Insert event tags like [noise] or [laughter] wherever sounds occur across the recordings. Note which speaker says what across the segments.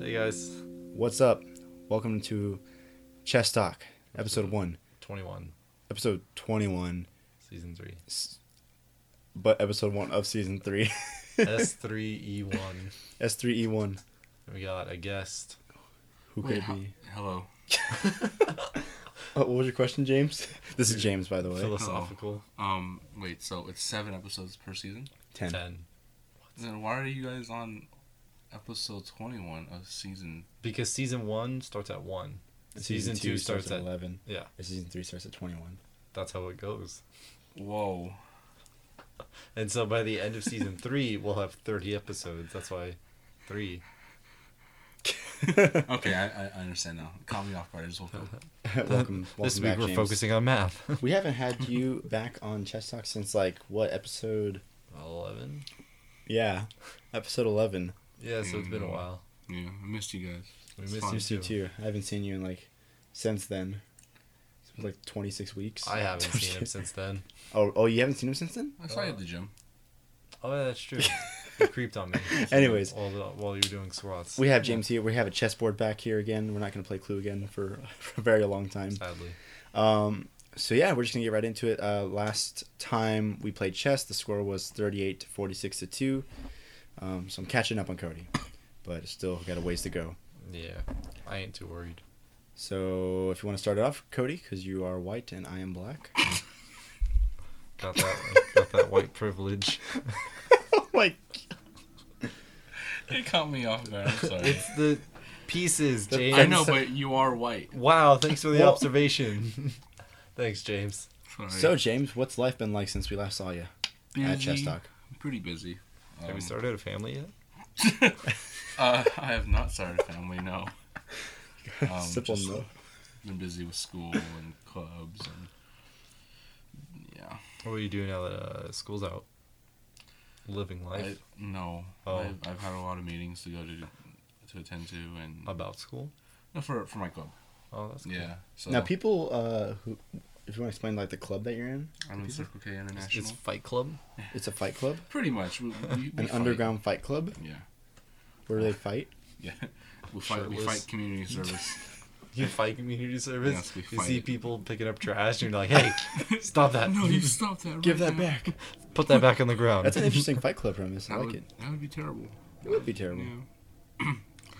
Speaker 1: guys.
Speaker 2: What's up? Welcome to Chess Talk, episode one,
Speaker 1: 21,
Speaker 2: episode 21,
Speaker 1: season
Speaker 2: [laughs]
Speaker 1: 3.
Speaker 2: s- but episode one of season three, [laughs]
Speaker 1: S3E1.
Speaker 2: S3E1.
Speaker 1: E We got a guest.
Speaker 2: Who could
Speaker 3: Wait,
Speaker 2: it
Speaker 3: how-
Speaker 2: be?
Speaker 3: Hello.
Speaker 2: Oh, what was your question, James? [laughs] This is James, by the way. [laughs]
Speaker 1: Philosophical.
Speaker 3: Um, wait. So it's seven episodes per season.
Speaker 2: 10.
Speaker 1: 10.
Speaker 3: Then why are you guys on episode twenty-one of season?
Speaker 1: Because season 1 starts at 1.
Speaker 2: And
Speaker 1: Season, 2 starts, at.
Speaker 2: 11.
Speaker 1: Yeah,
Speaker 2: and season three starts at [laughs] 21.
Speaker 1: that's how it goes.
Speaker 3: Whoa.
Speaker 1: And so by the end of
Speaker 2: [laughs]
Speaker 1: season 3, we'll have 30 episodes. That's why 3.
Speaker 3: Okay, I, I, I understand now. Caught me off guard. I just [laughs] woke up.
Speaker 2: welcome, welcome
Speaker 1: this week
Speaker 2: back,
Speaker 1: we're
Speaker 2: James.
Speaker 1: focusing on math. [laughs]
Speaker 2: We haven't had you back on Chess Talk since like what episode?
Speaker 1: 11?
Speaker 2: Yeah, episode 11.
Speaker 1: Yeah, so it's been a
Speaker 3: Mm.
Speaker 1: while.
Speaker 3: Yeah, I missed you guys.
Speaker 1: We
Speaker 3: It's
Speaker 1: missed
Speaker 3: fun.
Speaker 2: You
Speaker 1: you
Speaker 2: see
Speaker 1: too.
Speaker 2: too. I haven't seen you in like since then. It was like 26 weeks.
Speaker 1: I
Speaker 2: [laughs]
Speaker 1: haven't seen him since then.
Speaker 2: Oh, oh, you haven't seen him since then?
Speaker 3: I saw you at the gym.
Speaker 1: Oh, yeah, that's true.
Speaker 2: [laughs]
Speaker 1: You creeped on me.
Speaker 2: Anyways.
Speaker 1: While, while you were doing squats.
Speaker 2: We have James here. We have a chessboard back here again. We're not going to play Clue again for, [laughs] for a very long time.
Speaker 1: Sadly.
Speaker 2: Um, so yeah, we're just gonna get right into it. Uh, last time we played chess, the score was thirty-eight to forty-six to two. Um, so I'm catching up on Cody, but still got a ways to go.
Speaker 1: Yeah. I ain't too worried.
Speaker 2: So if you want to start it off, Cody, because you are white and I am black. [laughs]
Speaker 1: Got that, got that white privilege.
Speaker 2: like
Speaker 3: [laughs] It caught me off guard. I'm sorry.
Speaker 1: It's the pieces, James.
Speaker 3: [laughs] I know, but you are white.
Speaker 1: Wow, thanks for the
Speaker 2: Well-
Speaker 1: observation. [laughs] thanks, James.
Speaker 3: Sorry.
Speaker 2: so, James, what's life been like since we last saw you
Speaker 3: busy,
Speaker 2: at Chess [laughs] Talk?
Speaker 3: Pretty busy.
Speaker 1: Have
Speaker 3: Um,
Speaker 1: you started a family yet?
Speaker 3: Uh, I have not started a family.
Speaker 2: [laughs]
Speaker 3: No. Um,
Speaker 2: Simple
Speaker 3: just-
Speaker 2: no.
Speaker 3: Been busy with school and clubs and yeah.
Speaker 1: What are you doing now that uh, school's out? Living
Speaker 3: I,
Speaker 1: life
Speaker 3: no,
Speaker 1: Oh.
Speaker 3: I've, I've had a lot of meetings to go to to attend to, and
Speaker 1: about school.
Speaker 3: no, for for my club.
Speaker 1: Oh, that's cool.
Speaker 3: Yeah. So
Speaker 2: Now, people uh, who, if you want to explain like the club that you're in,
Speaker 3: I'm in Circle K
Speaker 1: It's,
Speaker 3: International.
Speaker 1: it's Fight Club.
Speaker 2: it's a fight club,
Speaker 3: Pretty much, we, we, we
Speaker 2: an
Speaker 3: fight.
Speaker 2: underground fight club
Speaker 3: Yeah,
Speaker 2: where they fight.
Speaker 3: yeah. [laughs] We fight. We
Speaker 1: Shirtless.
Speaker 3: fight community service.
Speaker 1: You fight community service.
Speaker 3: Yes, we
Speaker 1: you
Speaker 3: fight
Speaker 1: see
Speaker 3: it.
Speaker 1: people picking up trash, and you're like, "Hey, stop that!
Speaker 3: [laughs] no, you stop that.
Speaker 2: Give
Speaker 3: right
Speaker 2: that
Speaker 3: now.
Speaker 2: back.
Speaker 1: Put that back on the ground." [laughs]
Speaker 2: That's an interesting fight club premise. I
Speaker 3: That
Speaker 2: like
Speaker 3: would,
Speaker 2: it.
Speaker 3: That would be terrible.
Speaker 2: It would be terrible.
Speaker 3: Yeah.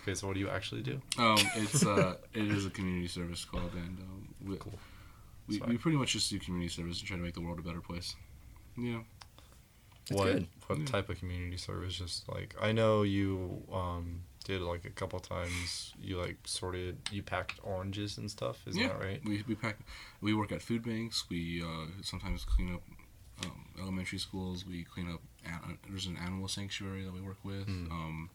Speaker 1: okay, so what do you actually do?
Speaker 3: Um, it's uh, [laughs] it is a community service club, and um, we,
Speaker 1: Cool.
Speaker 3: we,
Speaker 1: Sorry.
Speaker 3: we pretty much just do community service and try to make the world a better place. Yeah.
Speaker 2: That's
Speaker 1: what
Speaker 2: good.
Speaker 1: what
Speaker 3: Yeah.
Speaker 1: type of community service just like i know you um did like a couple times you like sorted you packed oranges and stuff is
Speaker 3: yeah.
Speaker 1: that
Speaker 3: [laughs]
Speaker 1: right
Speaker 3: We we pack. We work at food banks. We uh, sometimes clean up um, elementary schools. We clean up. An- uh, there's an animal sanctuary that we work with.
Speaker 1: Hmm.
Speaker 3: Um,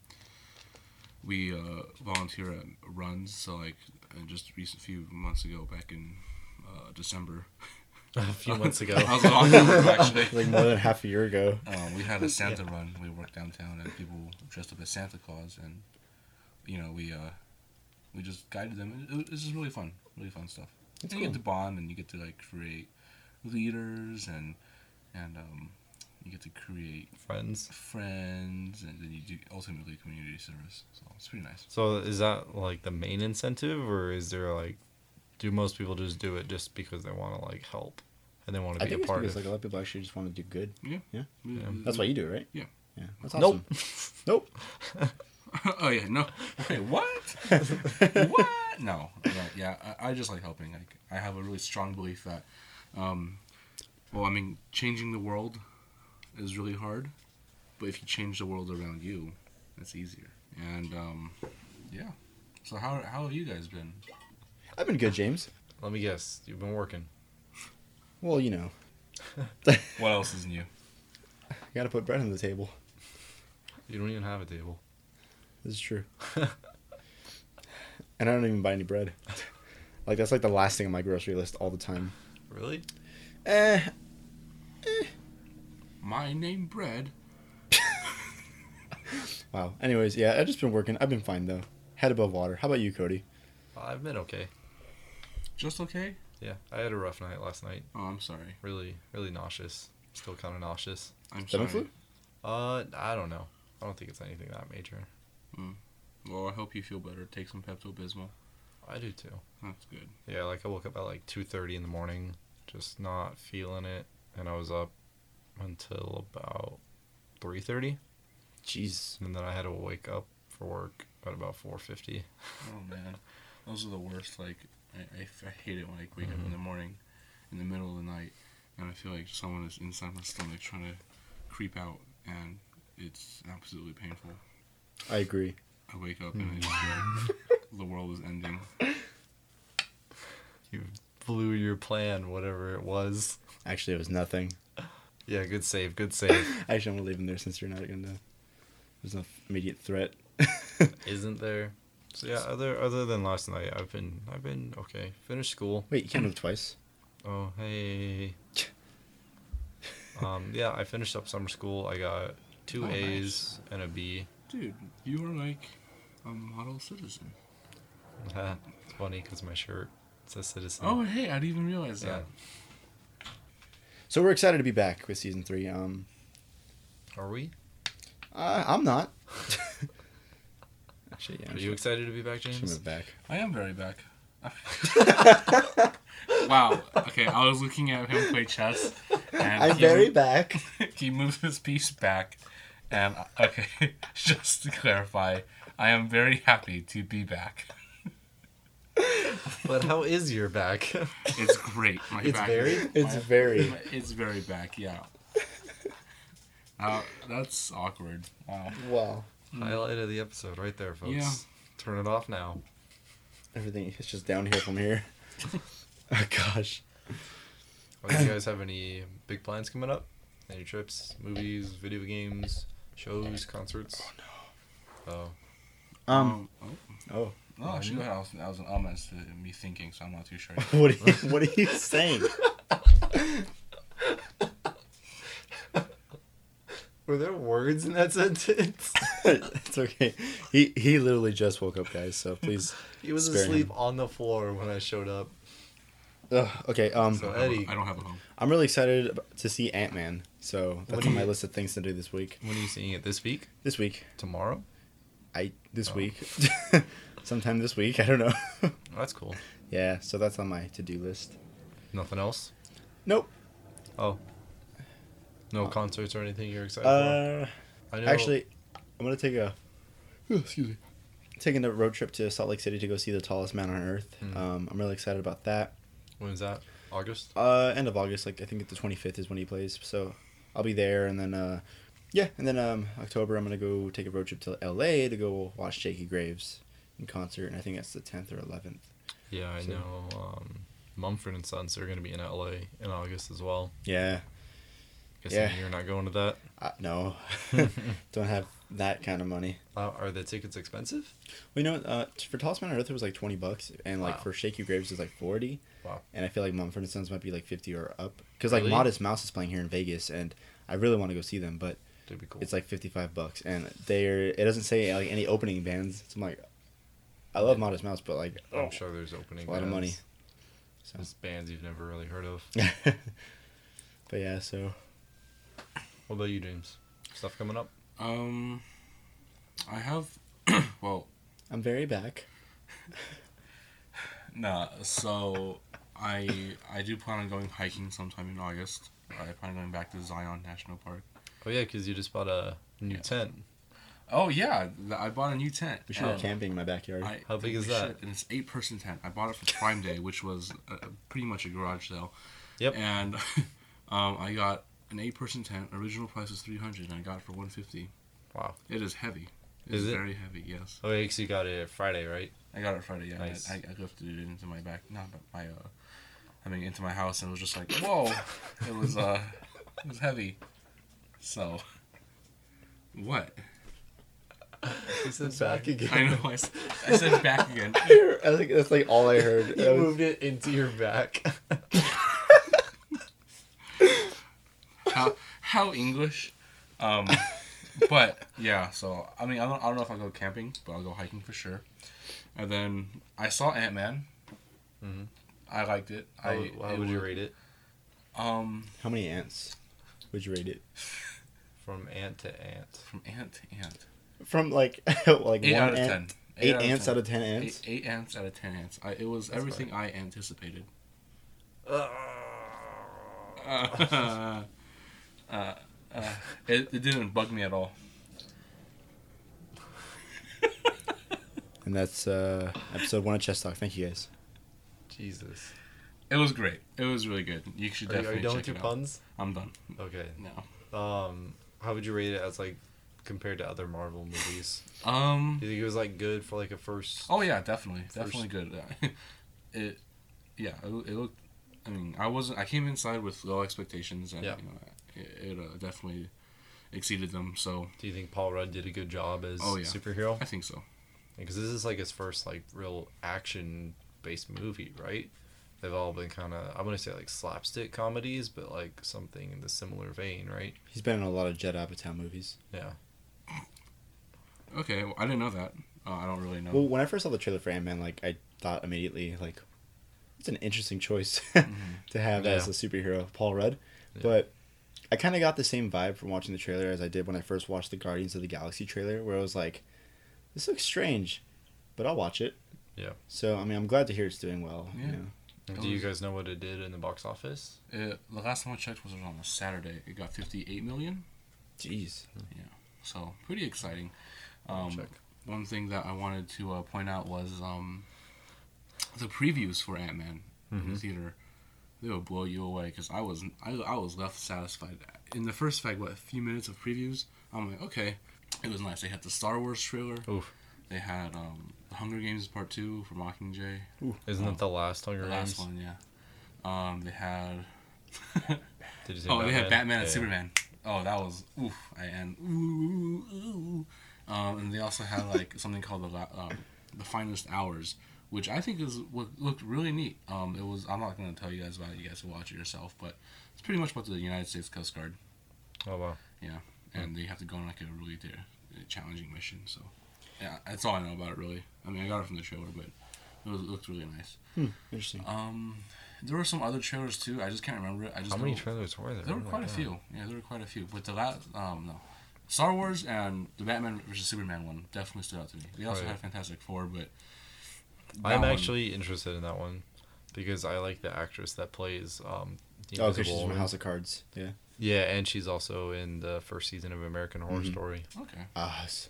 Speaker 3: we uh, volunteer at runs. So like, uh, just recent few months ago, back in uh, December,
Speaker 1: a few months ago
Speaker 3: I was in October, actually.
Speaker 2: [laughs] like more than half a year ago.
Speaker 3: Um, we had a Santa run. We worked downtown, and people dressed up as Santa Claus, and you know we uh, we just guided them. It, it was just really fun, really fun stuff.
Speaker 2: That's
Speaker 3: and you
Speaker 2: cool.
Speaker 3: get to bond, and you get to like create leaders, and and um, you get to create
Speaker 1: [laughs] friends
Speaker 3: friends, and then you do ultimately community service. So it's pretty nice.
Speaker 1: so is that like the main incentive or is there like do most people just do it just because they want to like help and they want to
Speaker 2: I
Speaker 1: be a
Speaker 2: think it's
Speaker 1: part
Speaker 2: because
Speaker 1: of
Speaker 2: like a lot of people actually just want to do good.
Speaker 3: Yeah,
Speaker 2: Yeah.
Speaker 1: Yeah.
Speaker 2: Mm-hmm. That's why you do it, right?
Speaker 3: Mm-hmm. Yeah.
Speaker 2: Yeah. That's
Speaker 1: Nope.
Speaker 2: awesome. Nope.
Speaker 3: [laughs] oh yeah, no. Wait, what? what? No. no, Yeah, I, I just like helping. Like, I have a really strong belief that, um, well, I mean, changing the world is really hard, but if you change the world around you, that's easier. And um, yeah. So how how have you guys been?
Speaker 2: I've been good, James.
Speaker 1: let me guess you've been working
Speaker 2: Well, you know,
Speaker 3: What else is new?
Speaker 2: you got to put bread on the table.
Speaker 1: you don't even have a table
Speaker 2: This is true. and I don't even buy any bread. [laughs] Like that's like the last thing on my grocery list all the time.
Speaker 1: really
Speaker 2: Eh,
Speaker 3: My name bread.
Speaker 2: wow. Anyways, yeah, I've just been working. I've been fine though. Head above water. How about you, Cody?
Speaker 1: i've been okay
Speaker 3: Just okay.
Speaker 1: yeah i had a rough night last night
Speaker 3: Oh, I'm sorry.
Speaker 1: really really nauseous still kind of nauseous
Speaker 3: I'm
Speaker 2: Stomach
Speaker 3: sorry.
Speaker 2: flu?
Speaker 1: Uh, I don't know. I don't think it's anything that major.
Speaker 3: Mm. Well, I hope you feel better. Take some Pepto Bismol.
Speaker 1: I do too.
Speaker 3: That's good.
Speaker 1: Yeah, like I woke up at like two thirty in the morning, just not feeling it, and I was up until about three thirty,
Speaker 2: Jeez.
Speaker 1: and then I had to wake up for work at about four fifty.
Speaker 3: Oh man, those are the worst. Like I, I f- I hate it when I wake up in the morning, in the middle of the night, and I feel like someone is inside my stomach trying to creep out, and it's absolutely painful.
Speaker 2: I agree.
Speaker 3: I wake up and I just feel like the world is ending.
Speaker 1: You blew your plan, whatever it was.
Speaker 2: Actually, it was nothing.
Speaker 1: Yeah, good save, good save.
Speaker 2: Actually, I'm gonna leave him there since you're not gonna. There's no immediate threat.
Speaker 1: [laughs]
Speaker 2: [laughs]
Speaker 1: Isn't there? So yeah, other other than last night, I've been I've been okay. Finished school.
Speaker 2: Wait, you can't move twice.
Speaker 1: Oh hey. um yeah, I finished up summer school. I got two
Speaker 3: Oh,
Speaker 1: A's and a B. [laughs]
Speaker 3: Dude, you are like a model citizen.
Speaker 1: Ha, it's funny because my shirt says citizen.
Speaker 3: Oh hey, I didn't even realize
Speaker 1: yeah.
Speaker 3: that.
Speaker 2: So we're excited to be back with season three. Um,
Speaker 1: Are we?
Speaker 2: uh, I'm not. [laughs] Actually, yeah.
Speaker 1: Are you excited to be back,
Speaker 2: Should
Speaker 1: James?
Speaker 2: move back.
Speaker 3: I am
Speaker 2: [laughs]
Speaker 3: very back. wow. Okay, I was looking at him play chess. And
Speaker 2: I'm
Speaker 3: he-
Speaker 2: very back.
Speaker 3: [laughs] he moves his piece back, and okay, [laughs] just to clarify, I am very happy to be back.
Speaker 1: But how is your back? [laughs]
Speaker 3: It's great. My
Speaker 1: it's
Speaker 3: back
Speaker 1: very.
Speaker 3: is-
Speaker 2: It's
Speaker 3: my-
Speaker 2: very.
Speaker 3: my- It's very
Speaker 2: [laughs]
Speaker 3: back. Yeah. Uh, that's awkward. Wow.
Speaker 2: Wow.
Speaker 1: Highlight of the episode, right there, folks.
Speaker 3: Yeah.
Speaker 1: Turn it off now.
Speaker 2: Everything is just down here from here. oh gosh.
Speaker 1: Oh, do you guys have any big plans coming up? Any trips, movies, video games, shows, concerts? Oh no. Oh.
Speaker 2: Um.
Speaker 3: oh,
Speaker 2: Oh. [laughs]
Speaker 3: no, actually, that was, that was an homage to me thinking, so I'm not too sure.
Speaker 2: What are you, What are you saying?
Speaker 1: Were there words in that [laughs] sentence?
Speaker 2: [laughs] it's okay. He he literally just woke up, guys. So please.
Speaker 1: he was
Speaker 2: Spare him.
Speaker 1: asleep on the floor when I showed up.
Speaker 2: Ugh, okay. Um.
Speaker 1: So, uh,
Speaker 3: I don't-
Speaker 1: Eddie.
Speaker 3: I don't have a home.
Speaker 2: I'm really excited ab- to see Ant Man. So
Speaker 1: What
Speaker 2: that's
Speaker 1: do
Speaker 2: on my
Speaker 1: you-
Speaker 2: list of things to do this week.
Speaker 1: When are you seeing it? This week?
Speaker 2: This week.
Speaker 1: Tomorrow?
Speaker 2: I this
Speaker 1: Oh.
Speaker 2: week. [laughs] Sometime this week. I don't know. [laughs]
Speaker 1: Oh, that's cool.
Speaker 2: yeah. So that's on my to do list.
Speaker 1: Nothing else?
Speaker 2: Nope. Oh.
Speaker 1: Oh. No concerts or anything you're excited
Speaker 2: Uh.
Speaker 1: for? I know
Speaker 2: Actually, I'm gonna take a. Excuse me. Taking a road trip to Salt Lake City to go see the tallest man on earth.
Speaker 1: Mhm.
Speaker 2: Um, I'm really excited about that.
Speaker 1: when's that? August?
Speaker 2: Uh, end of August, like I think the 25th is when he plays. So I'll be there, and then uh, yeah, and then um, October I'm gonna go take a road trip to L.A. to go watch Jakey Graves in concert, and I think that's the 10th or 11th.
Speaker 1: Yeah, I
Speaker 2: So-
Speaker 1: know. Um, Mumford and Sons are gonna be in LA in August as well.
Speaker 2: Yeah.
Speaker 1: Guessing
Speaker 2: Yeah.
Speaker 1: you're not going to that.
Speaker 2: [laughs] Uh, no,
Speaker 1: Hmm.
Speaker 2: [laughs] don't have that kind of money.
Speaker 1: Uh, are the tickets expensive?
Speaker 2: Well, you know, uh, t- for Tallest Man on Earth, it was like 20 bucks, and like
Speaker 1: Wow.
Speaker 2: for Shake You Graves, it was like 40.
Speaker 1: Wow.
Speaker 2: And I feel like Mumford and Sons might be like 50 or up. Because like
Speaker 1: Really?
Speaker 2: Modest Mouse is playing here in Vegas, and I really want to go see them, but
Speaker 1: That'd be cool.
Speaker 2: it's like 55 bucks. And they're, it doesn't say like any opening bands. So I'm like, I love Modest Mouse, but
Speaker 3: [laughs]
Speaker 2: like,
Speaker 1: I'm sure there's opening.
Speaker 2: It's a lot of money.
Speaker 1: bands.
Speaker 2: So.
Speaker 1: There's bands you've never really heard of.
Speaker 2: but yeah, so
Speaker 1: What about you, James? Stuff coming up?
Speaker 3: Um, I have. [clears throat] well,
Speaker 2: I'm very back.
Speaker 3: Nah, so I I do plan on going hiking sometime in August. I plan on going back to Zion National Park.
Speaker 1: Oh yeah, because you just bought a new
Speaker 3: Yeah.
Speaker 1: tent.
Speaker 3: Oh yeah, th- I bought a new tent.
Speaker 2: We should
Speaker 3: Uh,
Speaker 2: go camping in my backyard.
Speaker 3: I-
Speaker 1: How big is
Speaker 3: we should,
Speaker 1: that?
Speaker 3: And it's an eight person tent. I bought it for Prime Day, which was uh pretty much a garage sale.
Speaker 1: Yep.
Speaker 3: And [laughs] um, I got an eight person tent. Original price was three hundred, and I got it for one fifty.
Speaker 1: Wow.
Speaker 3: It is heavy.
Speaker 1: Is
Speaker 3: is
Speaker 1: it?
Speaker 3: very heavy. Yes.
Speaker 1: Oh yeah, 'cause you got it Friday, right?
Speaker 3: I got it Friday. Yeah,
Speaker 1: Nice.
Speaker 3: I, I lifted it into my back, not but my, uh, I mean into my house, and it was just like, whoa, it was uh, it was heavy. So, what? [laughs]
Speaker 1: It's back again. [laughs]
Speaker 3: I know I, s- I said back
Speaker 2: [laughs]
Speaker 3: again.
Speaker 2: I think that's like all I
Speaker 3: [laughs]
Speaker 2: heard.
Speaker 1: You moved it into your back.
Speaker 3: How how English? Um, but yeah. So I mean, I don't I don't know if I'll go camping, but I'll go hiking for sure. And then I saw Ant Man.
Speaker 1: Mhm.
Speaker 3: I liked it.
Speaker 1: [laughs] How,
Speaker 3: I
Speaker 1: how
Speaker 3: it
Speaker 1: would you
Speaker 3: was-
Speaker 1: rate it?
Speaker 3: Um,
Speaker 2: How many ants would you rate it?
Speaker 1: From ant to ant.
Speaker 3: from ant to ant.
Speaker 2: From like [laughs] like
Speaker 3: Eight
Speaker 2: one
Speaker 3: out of
Speaker 2: ant-
Speaker 3: ten.
Speaker 2: eight ants out of ten ants.
Speaker 3: Eight, eight ants out of ten ants. I, it was
Speaker 1: That's
Speaker 3: everything I anticipated. [laughs]
Speaker 1: Uh, Ah.
Speaker 3: Uh, uh, uh, it, it didn't bug me at all.
Speaker 2: And that's uh, episode one of Chess Talk. Thank you guys.
Speaker 1: Jesus.
Speaker 3: It was great. It was really good. You should
Speaker 1: Are you, are
Speaker 3: definitely
Speaker 1: you done
Speaker 3: check
Speaker 1: with your
Speaker 3: it out.
Speaker 1: puns?
Speaker 3: I'm done.
Speaker 1: Okay.
Speaker 3: No.
Speaker 1: Um, how would you rate it as like compared to other Marvel movies?
Speaker 3: Um.
Speaker 1: Do you think it was like good for like a first?
Speaker 3: Oh yeah, definitely, definitely good. Uh, [laughs] it, yeah, it, loo- it looked. I mean, I wasn't. I came inside with low expectations, and
Speaker 1: Yeah.
Speaker 3: you know, it, it uh, definitely exceeded them. So
Speaker 1: Do you think Paul Rudd did a good job as
Speaker 3: Oh, yeah.
Speaker 1: superhero?
Speaker 3: I think so.
Speaker 1: Because this is like his first like real action based movie, right? They've all been kind of I want to say like slapstick comedies, but like something in the similar vein, right?
Speaker 2: He's been in a lot of Judd Apatow movies.
Speaker 1: Yeah.
Speaker 3: Okay, well, I didn't know that. Uh, I don't really know.
Speaker 2: Well, when I first saw the trailer for Ant Man, like I thought immediately, like, it's an interesting choice [laughs] to have as a
Speaker 1: Mm-hmm. Yeah.
Speaker 2: superhero, Paul Rudd.
Speaker 1: Yeah.
Speaker 2: But I kind of got the same vibe from watching the trailer as I did when I first watched the Guardians of the Galaxy trailer, where I was like, this looks strange, but I'll watch it.
Speaker 1: Yeah.
Speaker 2: So I mean, I'm glad to hear it's doing well.
Speaker 3: Yeah.
Speaker 2: You know?
Speaker 1: And
Speaker 3: It
Speaker 1: do you
Speaker 3: was-
Speaker 1: guys know what it did in the box office?
Speaker 3: Uh, the last time I checked was on a Saturday. It got 58 million,
Speaker 2: Jeez.
Speaker 3: so pretty exciting.
Speaker 1: I'll
Speaker 3: Um,
Speaker 1: check.
Speaker 3: One thing that I wanted to uh, point out was um, the previews for Ant Man in the
Speaker 1: Mhm.
Speaker 3: theater. They would blow you away because I was I, I was left satisfied in the first like what a few minutes of previews. I'm like okay, it was nice. They had the Star Wars trailer.
Speaker 1: Oof.
Speaker 3: They had um, the Hunger Games Part Two for Mockingjay.
Speaker 1: Isn't
Speaker 3: Oh.
Speaker 1: it the last Hunger
Speaker 3: The
Speaker 1: Games?
Speaker 3: last one, yeah. Um, they had [laughs]
Speaker 1: Did you say
Speaker 3: oh they had Batman and
Speaker 1: Yeah.
Speaker 3: Superman. Oh that was oof I, and ooh, ooh, ooh. Um, and they also had like [laughs] something called the la- um, the finest hours, which I think is what looked really neat. Um, it was I'm not gonna tell you guys about it. You guys can watch it yourself, but it's pretty much about the United States Coast Guard,
Speaker 1: Oh wow.
Speaker 3: and they have to go on like a really dare, challenging mission. So yeah, that's all I know about it really. I mean I got it from the trailer, but it, was, it looked really nice.
Speaker 2: Interesting.
Speaker 3: Um, there were some other trailers too. I just can't remember. it. I just
Speaker 1: How many
Speaker 3: know-
Speaker 1: trailers were there?
Speaker 3: There were
Speaker 1: Oh my
Speaker 3: quite a
Speaker 1: God.
Speaker 3: few. Yeah, there were quite a few. But the last, um, no, Star Wars and the Batman versus Superman one definitely stood out to me. They also
Speaker 1: Right.
Speaker 3: had Fantastic Four, but that
Speaker 1: I'm
Speaker 3: one-
Speaker 1: actually interested in that one because I like the actress that plays um, the
Speaker 2: Oh, because
Speaker 1: Invisible
Speaker 2: she's from
Speaker 1: Woman.
Speaker 2: House of Cards. Yeah.
Speaker 1: Yeah, and she's also in the first season of American Horror
Speaker 2: Mhm.
Speaker 1: Story. [laughs]
Speaker 3: okay.
Speaker 2: Us.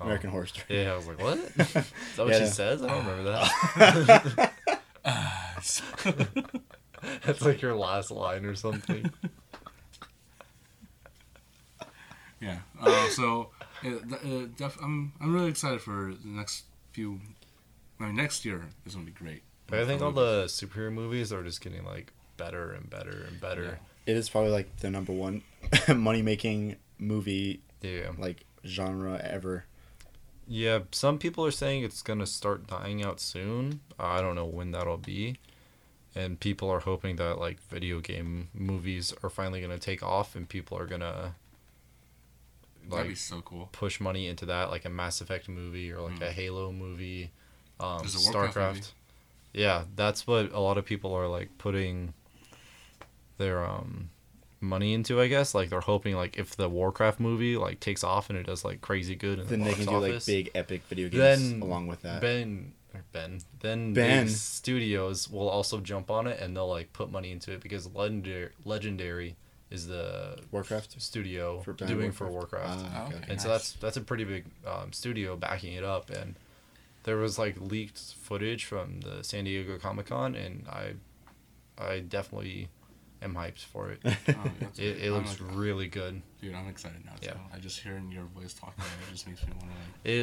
Speaker 1: Oh.
Speaker 2: American Horror Story.
Speaker 1: Yeah, I was like,
Speaker 2: [laughs]
Speaker 1: what? Is that what she
Speaker 2: Yeah.
Speaker 1: says? I don't remember
Speaker 2: [laughs]
Speaker 1: that. [laughs] That's like your last line or something.
Speaker 3: yeah. Uh, so, [laughs] uh, th- uh, def- I'm I'm really excited for the next few. I mean, next year is gonna be great.
Speaker 1: But I think all the superhero movies are just getting like better and better and better.
Speaker 2: It is probably like the number one [laughs] money making movie
Speaker 1: Yeah. yeah.
Speaker 2: like genre ever.
Speaker 1: some people are saying it's going to start dying out soon. I don't know when that'll be. And people are hoping that like video game movies are finally going to take off and people are going to
Speaker 3: that'd be so cool.
Speaker 1: push money into that, like a Mass Effect movie or like a
Speaker 3: Mm.
Speaker 1: Halo movie, um,
Speaker 3: There's a
Speaker 1: StarCraft.
Speaker 3: Warcraft movie.
Speaker 1: Yeah, that's what a lot of people are like putting their um money into, I guess. Like they're hoping like if the Warcraft movie like takes off and it does like crazy good in
Speaker 2: then
Speaker 1: the
Speaker 2: they
Speaker 1: box
Speaker 2: can do
Speaker 1: office,
Speaker 2: like big epic video games
Speaker 1: Then
Speaker 2: along with [laughs] that.
Speaker 1: Ben or Ben, then
Speaker 2: Ben.
Speaker 1: big studios will also jump on it and they'll like put money into it because Legendary Legendary is the
Speaker 2: Warcraft?
Speaker 1: studio
Speaker 2: For Ben
Speaker 1: doing for Warcraft
Speaker 2: Ah,
Speaker 3: Oh,
Speaker 2: okay.
Speaker 3: okay.
Speaker 1: and so
Speaker 3: Nice.
Speaker 1: that's [laughs] that's a pretty big um, studio backing it up and there was like leaked footage from the san diego comic-con and i i definitely am hyped for
Speaker 2: [laughs]
Speaker 1: it
Speaker 3: Oh, that's-
Speaker 1: it, it
Speaker 3: I'm
Speaker 1: looks
Speaker 3: like-
Speaker 1: really good
Speaker 3: dude. I'm excited now.
Speaker 1: Yeah.
Speaker 3: Too. I just hearing your voice talking, it just makes me want to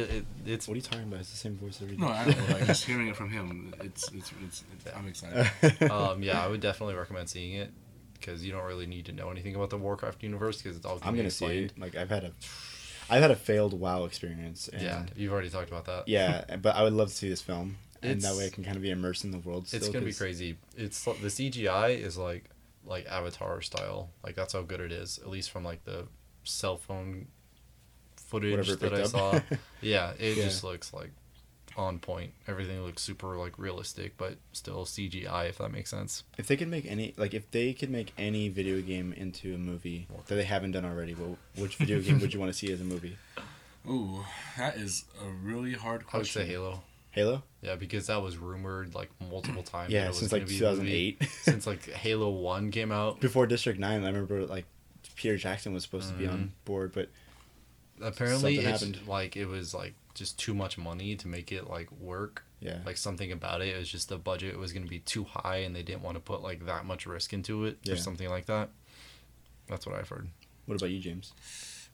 Speaker 1: [laughs] it,
Speaker 3: like.
Speaker 1: it it's
Speaker 2: What are you talking about? It's the same voice every day.
Speaker 3: No, I don't know. Like, just hearing it from him, it's it's, it's, it's I'm
Speaker 1: [laughs]
Speaker 2: [laughs]
Speaker 3: excited.
Speaker 1: um yeah i would definitely recommend seeing it because you don't really need to know anything about the warcraft universe because it's all
Speaker 2: I'm gonna see
Speaker 1: explained.
Speaker 2: it. Like I've had a, I've had a failed WoW experience. And
Speaker 1: yeah you've already talked about that
Speaker 2: Yeah, but I would love to see this film, and that
Speaker 1: It's-
Speaker 2: way I can kind of be immersed in the world. Still,
Speaker 1: it's gonna be
Speaker 2: 'cause-
Speaker 1: crazy it's like- the cgi is like like avatar style like that's how good it is at least from like the cell phone footage
Speaker 2: Whatever it
Speaker 1: that i
Speaker 2: picked
Speaker 1: saw
Speaker 2: [laughs] up.
Speaker 1: yeah it
Speaker 2: Yeah.
Speaker 1: just looks like on point everything looks super like realistic but still cgi if that makes sense
Speaker 2: If they could make any, like, if they could make any video game into a movie that they haven't done already, well, which video game would you want to see as a movie?
Speaker 3: Ooh, that is a really hard
Speaker 1: I would say
Speaker 3: question.
Speaker 1: Halo.
Speaker 2: Halo?
Speaker 1: Yeah, because that was rumored like multiple times. that
Speaker 2: Yeah,
Speaker 1: it was
Speaker 2: since
Speaker 1: gonna
Speaker 2: like
Speaker 1: be a movie.
Speaker 2: 2008.
Speaker 1: Since like Halo One came out,
Speaker 2: Before District 9, I remember like Peter Jackson was supposed to be on board, but
Speaker 1: apparently
Speaker 2: Something
Speaker 1: it's
Speaker 2: happened.
Speaker 1: like it was like just too much money to make it like work.
Speaker 2: yeah.
Speaker 1: Like something about it, it was just the budget was gonna be too high, and they didn't want to put like that much risk into it or
Speaker 2: Yeah.
Speaker 1: something like that. That's what I've heard.
Speaker 2: what about you, James?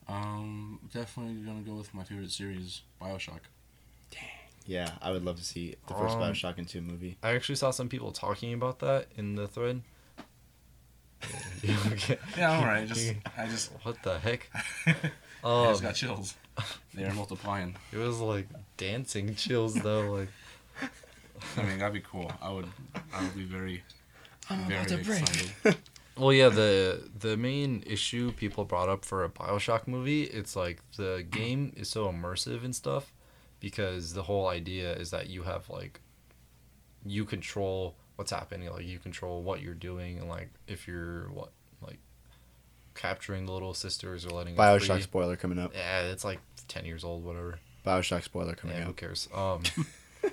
Speaker 3: Um, definitely gonna go with my favorite series, Bioshock.
Speaker 2: Yeah, I would love to see the first
Speaker 1: Um,
Speaker 2: Bioshock into a movie.
Speaker 1: I actually saw some people talking about that in the thread. [laughs] Okay.
Speaker 3: Yeah, all right.
Speaker 1: [laughs]
Speaker 3: Just I just,
Speaker 1: What the
Speaker 2: [laughs]
Speaker 1: heck?
Speaker 3: I
Speaker 1: Um,
Speaker 3: just got chills. They are multiplying.
Speaker 1: it was like dancing chills though. Like
Speaker 3: I mean, that'd be cool. I would, I would be very,
Speaker 2: I'm
Speaker 3: very excited.
Speaker 1: Well, yeah, the the main issue people brought up for a BioShock movie, it's like the game is so immersive and stuff because the whole idea is that you have like you control what's happening, like you control what you're doing and like if you're what like capturing the little sisters or letting them free.
Speaker 2: Bioshock spoiler coming up.
Speaker 1: Yeah, it's like 10 years old, whatever.
Speaker 2: Bioshock spoiler coming
Speaker 1: Yeah, who
Speaker 2: up.
Speaker 1: cares?
Speaker 2: [laughs]
Speaker 1: Um,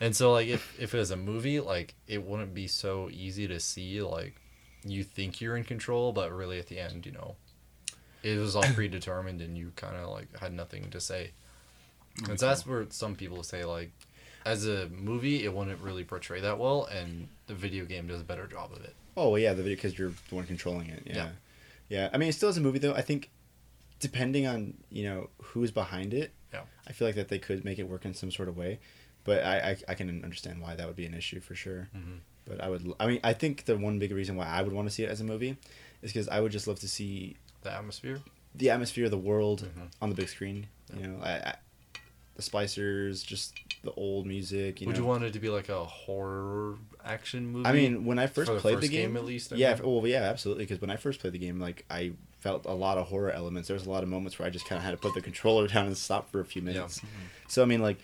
Speaker 1: and so like if if it was a movie, like it wouldn't be so easy to see like you think you're in control, but really at the end, you know, it was
Speaker 2: [coughs]
Speaker 1: all predetermined and you kind of like had nothing to say. And so that's where some people say like, as a movie, it wouldn't really portray that well, and the video game does a better job of it.
Speaker 2: Oh well, yeah, the video because you're the one controlling it. Yeah. yeah,
Speaker 1: Yeah.
Speaker 2: I mean, it still is a movie though. I think depending on you know who's behind it,
Speaker 1: Yeah.
Speaker 2: I feel like that they could make it work in some sort of way. But I I, I can understand why that would be an issue for sure.
Speaker 1: Mhm.
Speaker 2: But I would l- I mean I think the one big reason why I would want to see it as a movie is because I would just love to see
Speaker 1: The atmosphere.
Speaker 2: the atmosphere of the world
Speaker 1: Mhm.
Speaker 2: on the big screen. You know, I, I, the Spicers, just the old music. You
Speaker 1: Would
Speaker 2: know.
Speaker 1: you want it to be like a horror action movie?
Speaker 2: I mean, when I first
Speaker 1: For the
Speaker 2: played the
Speaker 1: first
Speaker 2: game,
Speaker 1: game, at least, I
Speaker 2: yeah,
Speaker 1: mean?
Speaker 2: well, yeah, absolutely. Because when I first played the game, like I felt a lot of horror elements. There was a lot of moments where I just kind of had to put the controller [laughs] down and stop for a few minutes.
Speaker 1: Mm-hmm.
Speaker 2: So I mean, like,